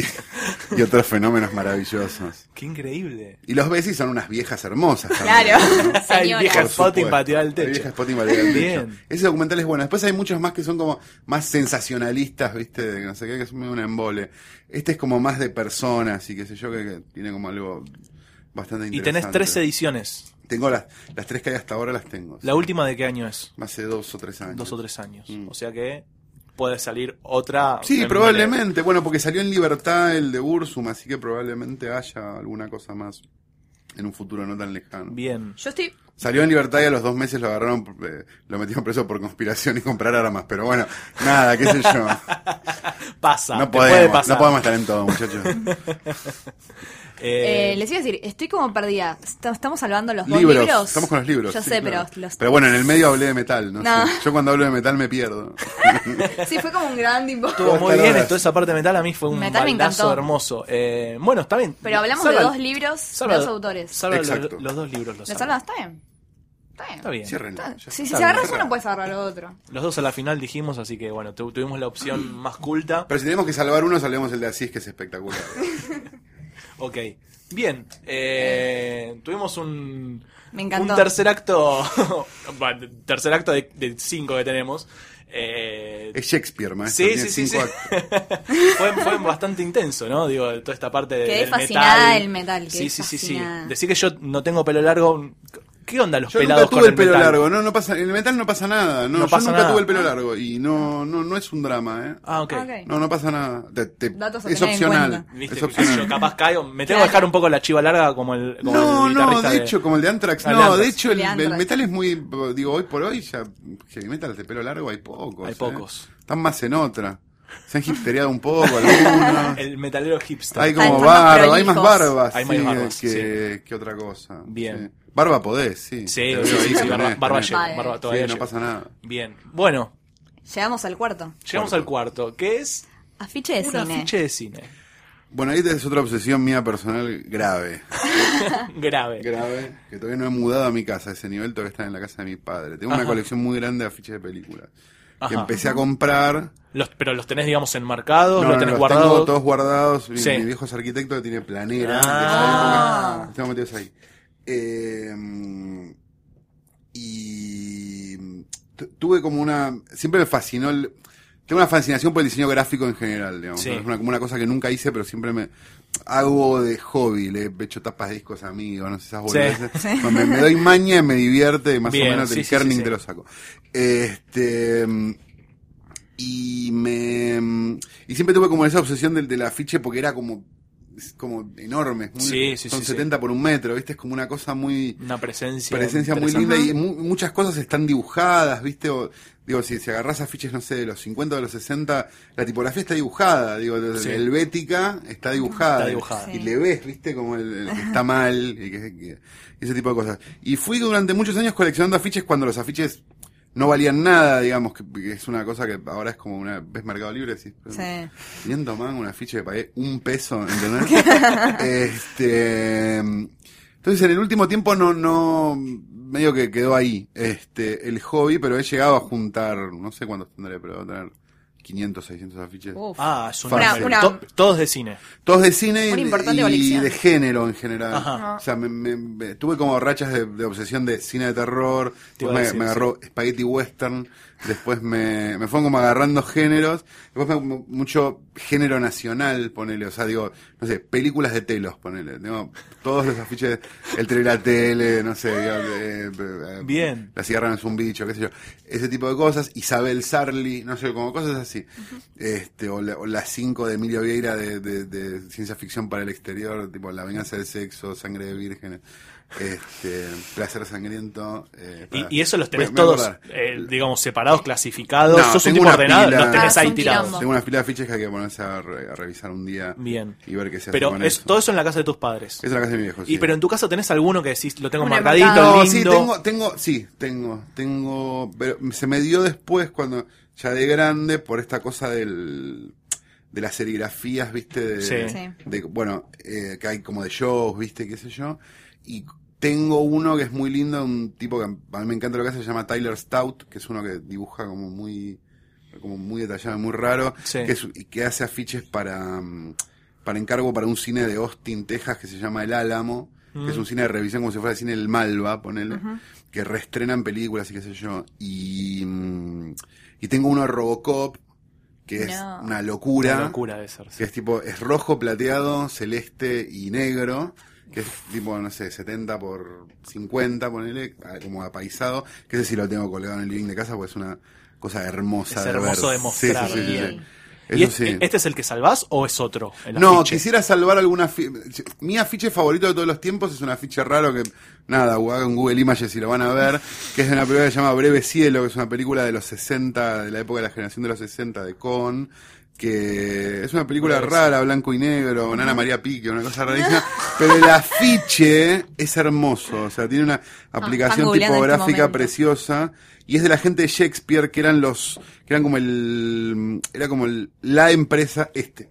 y otros fenómenos maravillosos. Qué increíble. Y los Bessies son unas viejas hermosas. Claro, Hay señora. viejas Spotting pateó pateó al techo. Viejas Spotting pateó al techo. Bien. Ese documental es bueno. Después hay muchos más que son como más sensacionalistas, ¿viste? De no sé qué, que es medio un embole. Este es como más de personas y qué sé yo, que, que tiene como algo bastante interesante. Y tenés tres ediciones. Tengo las, las tres que hay hasta ahora, las tengo. ¿La última de qué año es? Hace dos o tres años. Dos o tres años. Mm. O sea que puede salir otra. Sí, en breve. probablemente. Bueno, porque salió en libertad el de Bursum, así que probablemente haya alguna cosa más en un futuro no tan lejano. Bien. Yo estoy Salió en libertad y a los dos meses lo agarraron, eh, lo metieron preso por conspiración y comprar armas. Pero bueno, nada, qué sé yo. Pasa. No te puede podemos, pasar. no podemos estar en todo, muchachos. Eh, Eh, les iba a decir, estoy como perdida. Est- Estamos salvando los dos libros, libros. estamos con los libros. Yo sí, sé, claro. pero los- Pero bueno, en el medio hablé de metal, ¿no? No. sé. Yo cuando hablo de metal me pierdo. sí fue como un gran tipo. Estuvo muy Hasta bien, horas. toda esa parte de metal a mí fue un Metal me baldazo encantó. hermoso. Eh, bueno, está bien. Pero hablamos Salva- de dos libros, salva- dos autores. salva los- Exacto. los, dos libros. Los ¿Los salva. hablas? Está bien. Está bien. Está bien. Cierren. Está- Si, ya. si Está se agarras bien. uno, pues. puedes agarrar otro. Los dos a la final dijimos, así que bueno, tu- tuvimos la opción Mm. más culta. Pero si tenemos que salvar uno, salvemos el de Asís, que es espectacular. Ok. Bien, eh, tuvimos un, Me encantó. un tercer acto, bueno, tercer acto de, de cinco que tenemos. Eh, Es Shakespeare, maestro. Sí, tiene sí, sí, cinco sí. actos. fue, fue bastante intenso, ¿no? Digo, toda esta parte de, Quedé del fascinada metal. del metal, quedé sí, sí, sí, sí. fascinada. Decir que yo no tengo pelo largo. ¿Qué onda los Yo pelados nunca tuve con el pelo metal? largo, no, no pasa, en el metal no pasa nada, no, No yo pasa nunca nada. tuve el pelo largo y no, no, no es un drama, eh. Ah, ok. Ah, ok. No, no pasa nada. Te- te- Datos a es tener en opcional. cuenta. Viste, Es que opcional. yo capaz caigo. Me tengo Claro. que dejar un poco la chiva larga como el, como No, el no, guitarrista de hecho, como el de Anthrax, Ah, no, el Anthrax. de hecho el, El de el Anthrax. metal es muy, digo, hoy por hoy ya heavy metal de pelo largo hay pocos. Hay eh. pocos. Están más en otra. Se han hipstereado un poco algunos. El metalero hipster. Hay Están como más barba, hay más prolijos. barbas, Hay más sí, barbas, que, que otra cosa. Bien. sí. Barba podés, sí. Sí, sí, Te veo sí, ahí, sí, tenés, barba, barba tenés. lleva, Vale. barba Sí, todavía Sí, no lleva. pasa nada. Bien. Bueno, Llegamos al cuarto. llegamos al cuarto, que es Afiche de un cine. afiche de cine. Bueno, ahí es otra obsesión mía personal grave. Ah. Grave. grave que todavía no he mudado a mi casa a ese nivel todavía está en la casa de mi padre tengo Ajá. una colección muy grande de afiches de películas que Ajá. empecé a comprar Los, pero los tenés, digamos, enmarcados, No, los no, tenés los tengo guardados. todos guardados mi, Sí. mi viejo es arquitecto que tiene planera Ah. de esa época. los tengo metidos ahí Eh, y tu- tuve como una siempre me fascinó el- tengo una fascinación por el diseño gráfico en general digamos Sí. ¿no? es una, como una cosa que nunca hice pero siempre me hago de hobby le he hecho tapas de discos a amigos no sé esas Sí. boludeces No, me, me doy maña y me divierte y más Bien, o menos sí, del sí, kerning sí, sí. te lo saco este y me y siempre tuve como esa obsesión del, del afiche porque era como es como enorme es muy- Sí, sí, son sí, 70 por un metro viste es como una cosa muy Una presencia. presencia muy interesante. linda y mu- muchas cosas están dibujadas viste o, digo si, si agarrás afiches no sé de los 50 o de los 60 la tipografía está dibujada digo de- de- Sí. helvética está dibujada, Está dibujada. y Sí. le ves viste como el, el que está mal y que- que- y ese tipo de cosas y fui durante muchos años coleccionando afiches cuando los afiches no valían nada, digamos, que, que es una cosa que ahora es como una ves Mercado Libre, decís, pero- Sí. 500 man, una ficha que pagué un peso, ¿entendés? este, entonces en el último tiempo no, no, medio que quedó ahí, este, el hobby, pero he llegado a juntar, no sé cuántos tendré, pero debo tener 500, 600 afiches. Uf. Ah, es un Una- número. una- To- todos de cine. Todos de cine Una y, importante y colección. de género en general. Ajá. O sea, me, me- me- tuve como rachas de, de obsesión de cine de terror. Te iba a después me, decir, me agarró Spaghetti Western. Después me, me fueron como agarrando géneros. Después me- me- mucho género nacional, ponele. O sea, digo, no sé, películas de telos, ponele. Tengo todos los afiches, el tele la tele, no sé. digo, eh, eh, Bien. La sierra no es un bicho, qué sé yo. Ese tipo de cosas. Isabel Sarli, no sé, como cosas así. Este, o, la- o las cinco de Emilio Vieira de, de- de ciencia ficción para el exterior, tipo La venganza del sexo, sangre de vírgenes, este, placer sangriento. eh, Y, para- y eso los tenés Voy a- Ah. me voy a todos, acordar. eh, digamos, separados, clasificados. No, Sos un tengo tipo una ordenado, pila. los tenés Ah, ahí es un tirados. quilombo. Tengo una fila de fichas que hay que ponerse a, re- a revisar un día Bien. y ver qué se hace Pero con es, eso. todo eso en la casa de tus padres. Esa es la casa de mi viejo, Y sí. pero en tu casa tenés alguno que decís, lo tengo Un marcadito, remarcado. No, lindo. sí, tengo, tengo, sí, tengo, tengo, pero se me dio después cuando, ya de grande, por esta cosa del, de las serigrafías, viste, de, Sí. Sí. de- bueno, eh, que hay como de shows, viste, qué sé yo, y tengo uno que es muy lindo, un tipo que a mí me encanta lo que hace, se llama Tyler Stout, que es uno que dibuja como muy, como muy detallado, muy raro, Sí. que, es- y que hace afiches para, mm, para encargo para un cine de Austin, Texas, que se llama El Álamo, que Mm. es un cine de revisión como si fuera el cine El Malva, ponele, que reestrenan películas y qué sé yo. Y, mm, y tengo uno de Robocop, que es No. una Una locura, locura de ser. sí. que es tipo, es rojo, plateado, celeste y negro, que es tipo, no sé, 70 por 50, ponele, a- como apaisado, que sé si lo tengo colgado en el living de casa, porque es una cosa hermosa Es de hermoso ver. de mostrar, Sí, sí, sí, sí, sí. bien. ¿Y Eso es- sí. este es el que salvás o es otro? el No, afiche? quisiera salvar alguna. fi- Mi afiche favorito de todos los tiempos es un afiche raro que, nada, hagan Google Images y lo van a ver, que es de una película que se llama Breve Cielo, que es una película de los 60, de la época de la generación de los 60 de Con, que es una película rara, blanco y negro, con Ana María Pique, una cosa rarísima, pero el afiche es hermoso, o sea, tiene una aplicación googleando en este tipográfica momento. preciosa preciosa y es de la gente de Shakespeare que eran los que eran como el era como el- la empresa este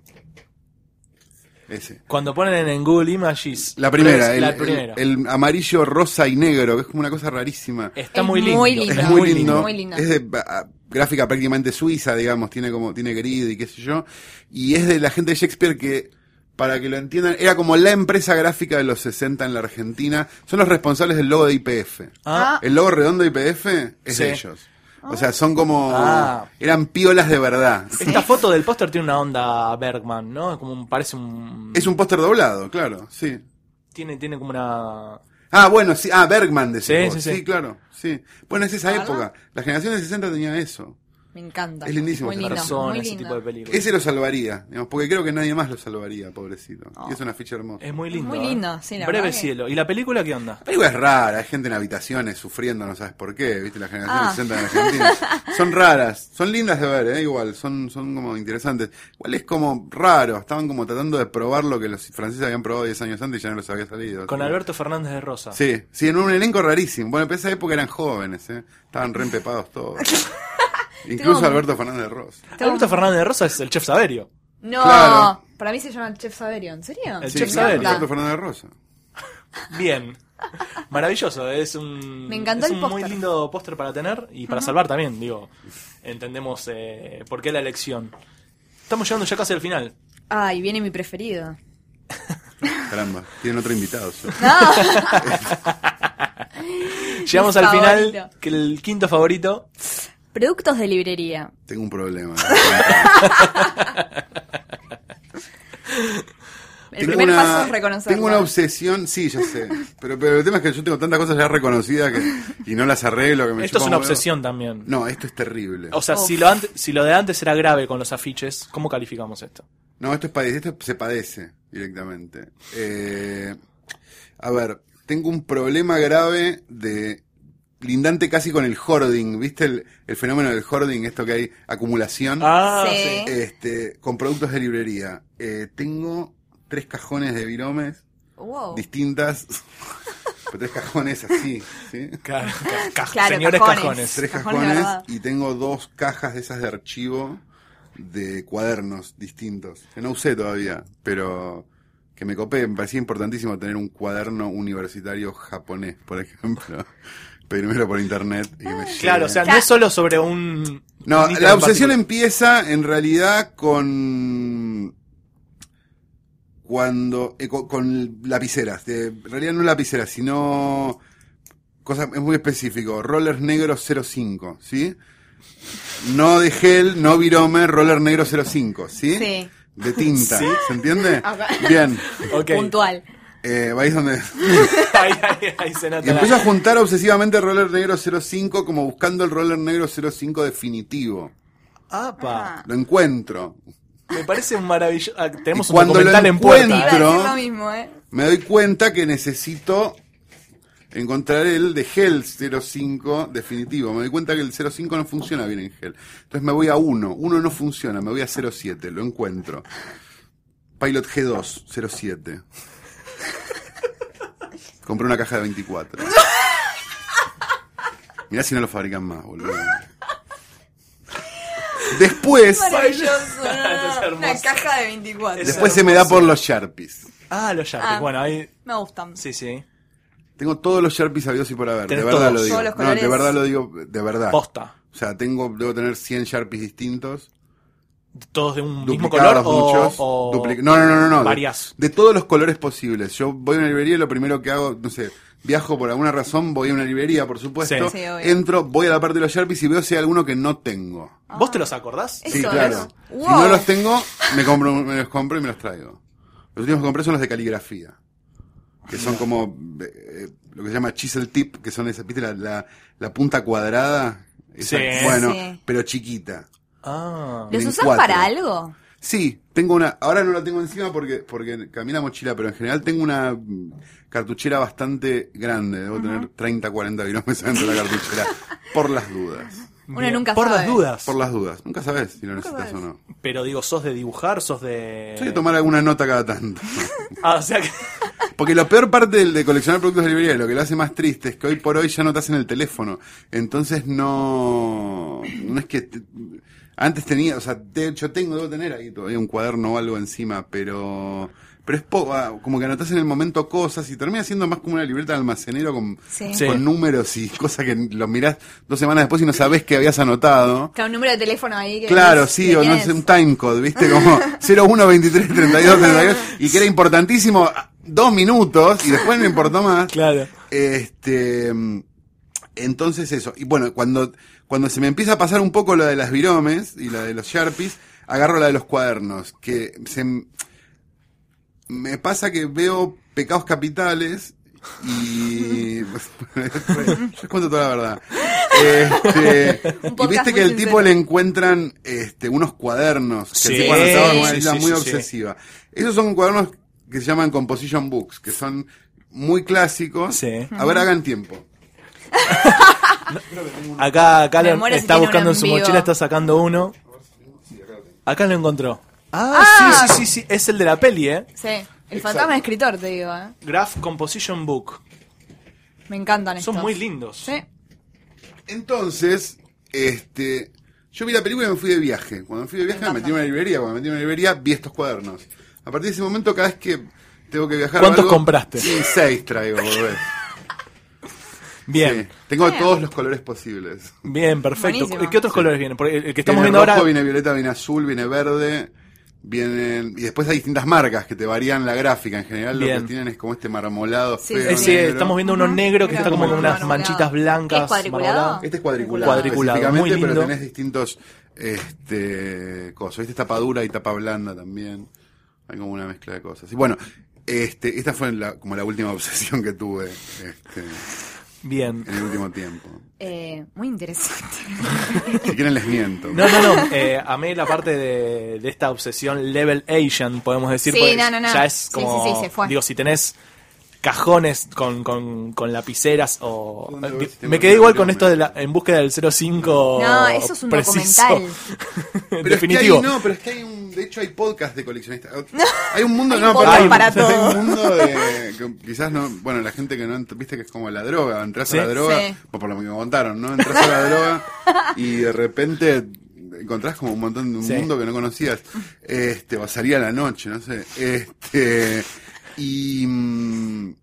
ese Cuando ponen en Google Images. la primera, es el, la el- primera. el amarillo rosa y negro que es como una cosa rarísima Está Es muy lindo. muy es lindo. muy lindo, muy lindo. es de ah, gráfica prácticamente suiza digamos tiene como tiene grid y qué sé yo y es de la gente de Shakespeare que para que lo entiendan era como la empresa gráfica de los 60 en la Argentina son los responsables del logo de IPF Ah, el logo redondo de IPF es Sí. de ellos. O sea, son como. Ah. Eran piolas de verdad. Esta foto del póster tiene una onda Bergman, ¿no? Es Como un- parece un. Es un póster doblado, claro, sí. Tiene, tiene como una. Ah, bueno, sí. Ah, Bergman de Sí, sí, sí, sí, sí. claro, sí. Bueno, es esa época. La generación de 60 tenía eso. Me encanta. Es lindísimo Muy ese lindo. persona, muy ese lindo. tipo de películas. Ese lo salvaría, digamos, porque creo que nadie más lo salvaría, pobrecito. Ah. Y es una ficha hermosa. Es muy lindo. muy ¿eh? lindo, sí, la Breve verdad que- cielo. ¿Y la película qué onda? La película es rara, hay gente en habitaciones sufriendo, no sabes por qué, viste, la generación Ah. de 60 en Argentina. Son raras, son lindas de ver, ¿eh? igual, son, son como interesantes. Igual es como raro, estaban como tratando de probar lo que los franceses habían probado 10 años antes y ya no les había salido. así Con que- Alberto Fernández de Rosa. Sí, sí, en un elenco rarísimo. Bueno, en esa época eran jóvenes, ¿eh? estaban re empepados todos. Incluso Tengo- Alberto Fernández de Ross. Alberto Fernández de Rosa es el chef Saberio. No, Claro. para mí se llama el Chef Saverio, ¿en serio? El Sí, Chef claro, Saverio. Alberto Fernández de Rosa. Bien. Maravilloso, es un, Me encantó es el un póster. muy lindo póster para tener y para salvar también, digo. Entendemos eh, por qué la elección. Estamos llegando ya casi al final. Ay, viene mi preferido. Caramba, tienen otro invitado. yo. Llegamos Mi al final, favorito. que el quinto favorito. Productos de librería. Tengo un problema. El Tengo primer una- paso es reconocerlo. Tengo una obsesión, sí, ya sé. Pero, pero el tema es que yo tengo tantas cosas ya reconocidas que, y no las arreglo. Pues Que me Esto es chupa una un huevo. obsesión también. No, esto es terrible. O sea, si lo, ante- si lo de antes era grave con los afiches, ¿cómo calificamos esto? No, esto, es pade- esto se padece directamente. Eh, a ver, tengo un problema grave de lindante casi con el hoarding. ¿Viste el, el fenómeno del hoarding? Esto que hay acumulación. Ah, Sí. sí. Este, con productos de librería. Eh, tengo tres cajones de viromes Wow. distintas. Pero tres cajones así, ¿sí? Ca- ca- ca- Claro, señores cajones. cajones. Tres Cajones de cajones verdad. y tengo dos cajas de esas de archivo de cuadernos distintos. Que no usé todavía, pero que me copé. Me parecía importantísimo tener un cuaderno universitario japonés, por ejemplo. Primero por internet y que Ah, me llegue. Claro, o sea, no es solo sobre un. No, un ítem la obsesión en particular. empieza en realidad con cuando eh, con, con lapiceras, de, en realidad no lapiceras, sino cosa es muy específico, rollers negros 05, ¿sí? No de gel, no virome, roller negro 05, ¿sí? Sí. De tinta, ¿se entiende? Bien. Ok. Puntual. Eh, vais donde ahí, ahí- ahí se nota. y la- empiezo a juntar obsesivamente roller negro 05 como buscando el roller negro 05 definitivo. Ah. Apa, Lo encuentro. me parece un maravilloso. ah, tenemos Y un cuando lo documental en puerta. Iba a encuentro- decir Pero- lo mismo, ¿eh? me doy cuenta que necesito encontraré el de Hell 05 definitivo. Me doy cuenta que el 05 no funciona bien en Hell. Entonces me voy a 1. 1 no funciona, me voy a 07, lo encuentro. Pilot G2, 07. Compré una caja de 24. Mirá si no lo fabrican más, boludo. Después, Maravilloso. Es hermoso. Una caja de 24. Es- después se me da por los Sharpies. Ah, los Sharpies. Ah. Bueno, ahí. Me gustan. Sí, sí. Tengo todos los Sharpies habidos y por haber. De Tenés verdad todos. lo digo. Todos los No, de colores. verdad lo digo, de verdad. Posta. O sea, tengo, debo tener 100 Sharpies distintos. ¿Todos de un mismo color duplicados o, muchos. o dupli- no, no, no, no, no. De- varias? De, todos los colores posibles. Yo voy a una librería y lo primero que hago, no sé, viajo por alguna razón, voy a una librería, por supuesto. Sí. Sí, obvio. entro, voy a la parte de los Sharpies y veo si hay alguno que no tengo. ¿Vos te los acordás? Es- Sí, Eso es. claro. Si no Wow. los tengo, me, compro, me los compro y me los traigo. Los últimos que compré son los de caligrafía. Que son como eh, eh, lo que se llama chisel tip, que son esas, ¿viste? La, la, la punta cuadrada. Esa- Sí. Bueno, Sí. pero chiquita. Ah. ¿Los en usás cuatro. para algo? Sí, tengo una. Ahora no la tengo encima porque, porque camina mochila, pero en general tengo una mm, cartuchera bastante grande. Debo tener 30, 40 gramos dentro de la cartuchera. por las dudas. Uno Bien. nunca Por las sabe. dudas. Por las dudas. Nunca sabes si lo necesitas o no. Pero digo, ¿sos de dibujar? ¿Sos de...? Soy de tomar alguna nota cada tanto. Ah, o sea que... Porque la peor parte del- de, coleccionar productos de librería, lo que lo hace más triste, es que hoy por hoy ya no te hacen el teléfono. Entonces no. No es que. te- antes tenía, o sea, de hecho tengo, debo tener ahí todavía un cuaderno o algo encima, pero. Pero es po- ah, como que anotás en el momento cosas y termina siendo más como una libreta de almacenero con, Sí. Sí. con números y cosas que los mirás dos semanas después y no sabés que habías anotado. Claro, un número de teléfono ahí. Que Claro, decís, sí, ¿de o quién no es? sé, un timecode, ¿viste? Como 01233232, y que era importantísimo ah, dos minutos, y después no importó más. Claro. Este, mm, entonces eso. Y bueno, cuando, cuando se me empieza a pasar un poco lo de las viromes y la de los sharpies, agarro la de los cuadernos, que se, m- me pasa que veo pecados capitales y... Yo cuento toda la verdad. Este, Un y podcast viste muy que el sincero. tipo le encuentran este, unos cuadernos que Sí, el tipo anotaba con una sí, ayuda sí, muy sí, sí. obsesiva. Esos son cuadernos que se llaman composition books, que son muy clásicos. Sí. A ver, hagan tiempo. Acá, acá Me lo- muero si está tiene buscando uno en su en vivo. mochila, está sacando uno. Acá lo encontró. Ah, sí, sí, sí, sí. Es el de la peli, ¿eh? Sí, el fantasma escritor, te digo. ¿eh? Graph Composition Book. Me encantan estos. Son muy lindos. Sí. Entonces, este, yo vi la película y me fui de viaje. Cuando me fui de viaje me metí en una librería. Cuando me metí en una librería vi estos cuadernos. A partir de ese momento, cada vez que tengo que viajar... o ¿Cuántos algo- compraste? Sí, seis traigo, volver. Bien, Tengo todos los colores posibles. bien, perfecto. Buenísimo. ¿Qué otros colores vienen? Porque el que estamos viene viendo rojo, ahora. viene violeta, viene azul, viene verde, vienen y después hay distintas marcas que te varían la gráfica. En general lo Bien. que tienen es como este marmolado Sí, feo. Eh, sí, negro. estamos viendo uno negro que Mira, está como con como unas marmolado. manchitas blancas. ¿Es cuadriculado? marmoradas. Este es cuadriculado, Cuadriculado, específicamente, muy lindo. pero tenés distintos este cosas. Este es tapa dura y tapa blanda también. Hay como una mezcla de cosas. Y bueno, este, esta fue la- como la última obsesión que tuve este, Bien. en el último tiempo. Eh, muy interesante. Si quieren les miento. No, no, no. Eh, amé la parte de, de esta obsesión level Asian, podemos decir. Sí, porque no, no, no. Ya es Sí, como. sí, sí, se fue. Digo, si tenés cajones con, con, con lapiceras o. eh, ¿Dónde di- ves si tengo me quedé un igual con virome? esto de la, en búsqueda del 05. No, eso es un preciso. documental. Pero es que Definitivo. hay- no, pero es que hay un. De hecho, hay podcast de coleccionistas. hay un mundo. Hay no, un podcast perdón, para hay un- todo. Hay un mundo de. que quizás no. Bueno, la gente que no. ent- Viste que es como la droga. Entras Sí. a la droga. Sí. o por lo que me contaron, ¿no? Entras a la droga y de repente encontrás como un montón de un Sí. mundo que no conocías. Este, o salía a la noche, no sé. Este. Y. mm,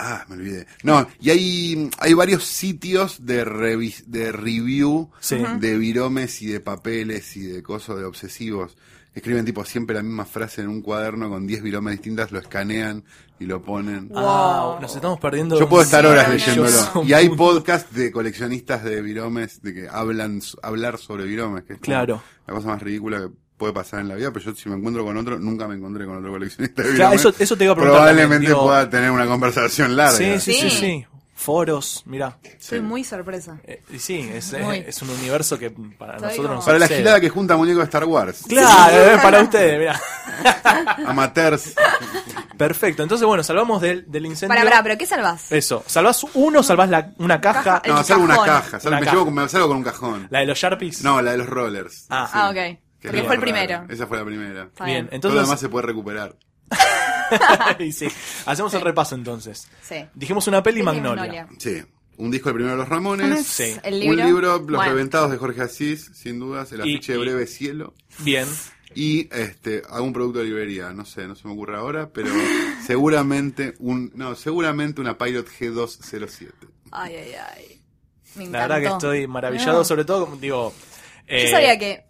Ah, me olvidé. No, y hay, hay varios sitios de, revi- de review Sí. de viromes y de papeles y de cosas de obsesivos. Escriben tipo siempre la misma frase en un cuaderno con 10 viromes distintas, lo escanean y lo ponen. Wow, nos estamos perdiendo. Yo puedo estar un horas maravilloso leyéndolo. Y hay mundo. podcast de coleccionistas de viromes, de que hablan s- hablar sobre viromes, que es como Claro. la cosa más ridícula que puede pasar en la vida, pero yo si me encuentro con otro, nunca me encontré con otro coleccionista de Claro, viromes. eso- eso te iba a preguntar Probablemente también, digo- pueda tener una conversación larga. Sí, sí, sí, Sí. sí. foros, mirá. Estoy muy sorpresa. Eh, y sí, es, es- Muy. es un universo que para Estoy nosotros como- nos Para la excede. gilada que junta muñecos de Star Wars. Claro, eh, para ustedes, mirá. Amateurs. Perfecto, entonces bueno, salvamos del, del incendio. Para, para, pero ¿qué salvás? Eso, salvás uno, salvás la- una caja, Caja, eh. el- No, salgo una cajón. caja. salgo- Una me, caja. llevo con- me salgo con un cajón. la de los Sharpies. No, la de los rollers. Ah. Ah, ok. Que Porque es fue el raro. primero. Esa fue la primera. Está Bien, Todo lo entonces demás se puede recuperar. y sí, hacemos el repaso entonces. Sí. Dijimos una peli Magnolia. Ah, Sí. Un disco del primero de los Ramones. Sí. El libro. Un libro, Los Bueno, Reventados de Jorge Asís, sin dudas. El Y- afiche de y- Breve Cielo. Bien. Y este, algún producto de librería. No sé, no se me ocurre ahora, pero seguramente un. No, seguramente una Pilot G207. Ay, ay, ay. Me La verdad que encantó. estoy maravillado, No. sobre todo, como digo... Yo eh, sabía que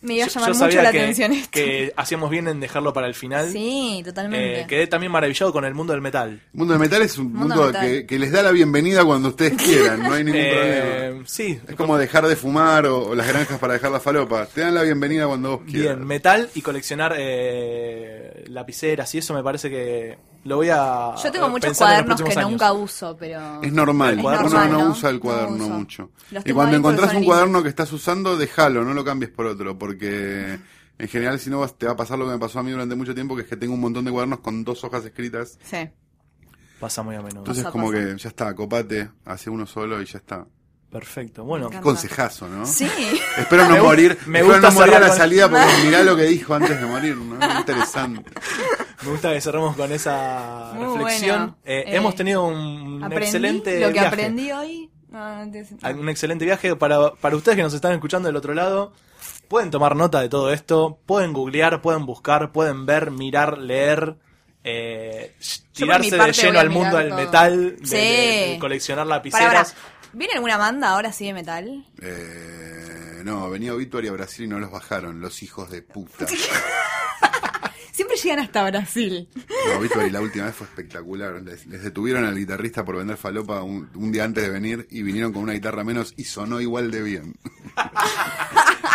me iba a yo- llamar yo mucho sabía la que- atención esto. que hacíamos bien en dejarlo para el final. Sí, Eh, totalmente. quedé también maravillado con el mundo del metal. El mundo del metal es un Mundo mundo, metal. que, que les da la bienvenida cuando ustedes quieran, no hay ningún problema. Eh, sí, Es como dejar de fumar o, o las granjas para dejar la falopa. Te dan la bienvenida cuando vos quieras. bien, metal y coleccionar eh, lapiceras y eso me parece que lo voy a. Yo tengo a muchos pensar eh, en los cuadernos que próximos nunca años. uso, pero. Es normal, El uno cuaderno, no, ¿no? usa el No cuaderno uso. mucho. Los Y tengo cuando ahí porque encontrás son un lindos. cuaderno que estás usando, déjalo, no lo cambies por otro, porque en general si no vas- te va a pasar lo que me pasó a mí durante mucho tiempo, que es que tengo un montón de cuadernos con dos hojas escritas. Sí. Pasa muy a menudo. Entonces Pasa, como pasa. que ya está, copate, hace uno solo y ya está. Perfecto. Bueno, encanta. Consejazo, ¿no? Sí. Espero no Me gu- morir, me espero gusta no morir a cerrar la con- salida porque mirá lo que dijo antes de morir, ¿no? Interesante. me gusta que cerremos con esa Muy reflexión. bueno. Eh, Eh, hemos tenido un Aprendí excelente lo que viaje. aprendí hoy. No, no tiene sentido. Un excelente viaje para, para ustedes que nos están escuchando del otro lado. Pueden tomar nota de todo esto, pueden googlear, pueden buscar, pueden ver, mirar, leer, eh, por mi tirarse de parte voy lleno a al mundo mirar del todo. metal, de, Sí. de- de coleccionar Pará, lapiceras. pará. ¿Viene alguna banda ahora sí de metal? Eh, no, venía Obituary a Brasil y no los bajaron, los hijos de puta. Siempre llegan hasta Brasil. No, Obituary la última vez fue espectacular. Les, les detuvieron al guitarrista por vender falopa un, un día antes de venir y vinieron con una guitarra menos y sonó igual de bien.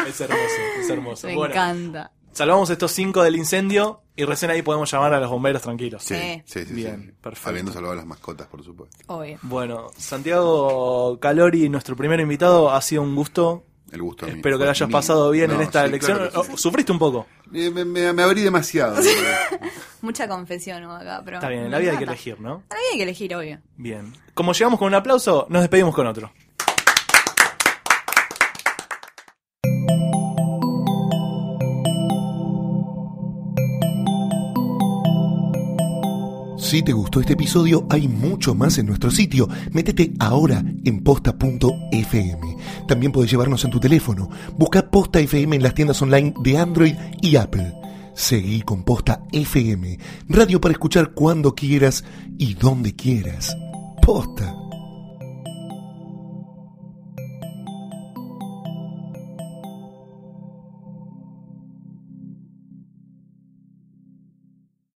Es hermoso, es hermoso. Me bueno, encanta. salvamos estos cinco del incendio y recién ahí podemos llamar a los bomberos tranquilos. Sí. sí, sí. Bien, sí. perfecto. Habiendo salvado a las mascotas, por supuesto. Obvio. Bueno, Santiago Calori, nuestro primer invitado, ha sido un gusto. El gusto a mí. Espero que lo Fue hayas mío. pasado bien No, en esta sí, elección. claro que sí. Oh, Sufriste un poco. Eh, me, me- me abrí demasiado. Mucha confesión hubo acá, pero. Está bien, en me la vida hay que encanta. elegir, ¿no? En la vida hay que elegir, obvio. Bien. Como llegamos con un aplauso, nos despedimos con otro. Si te gustó este episodio, hay mucho más en nuestro sitio. Métete ahora en posta.fm. También puedes llevarnos en tu teléfono. Busca Posta FM en las tiendas online de Android y Apple. Seguí con Posta FM, radio para escuchar cuando quieras y donde quieras. Posta.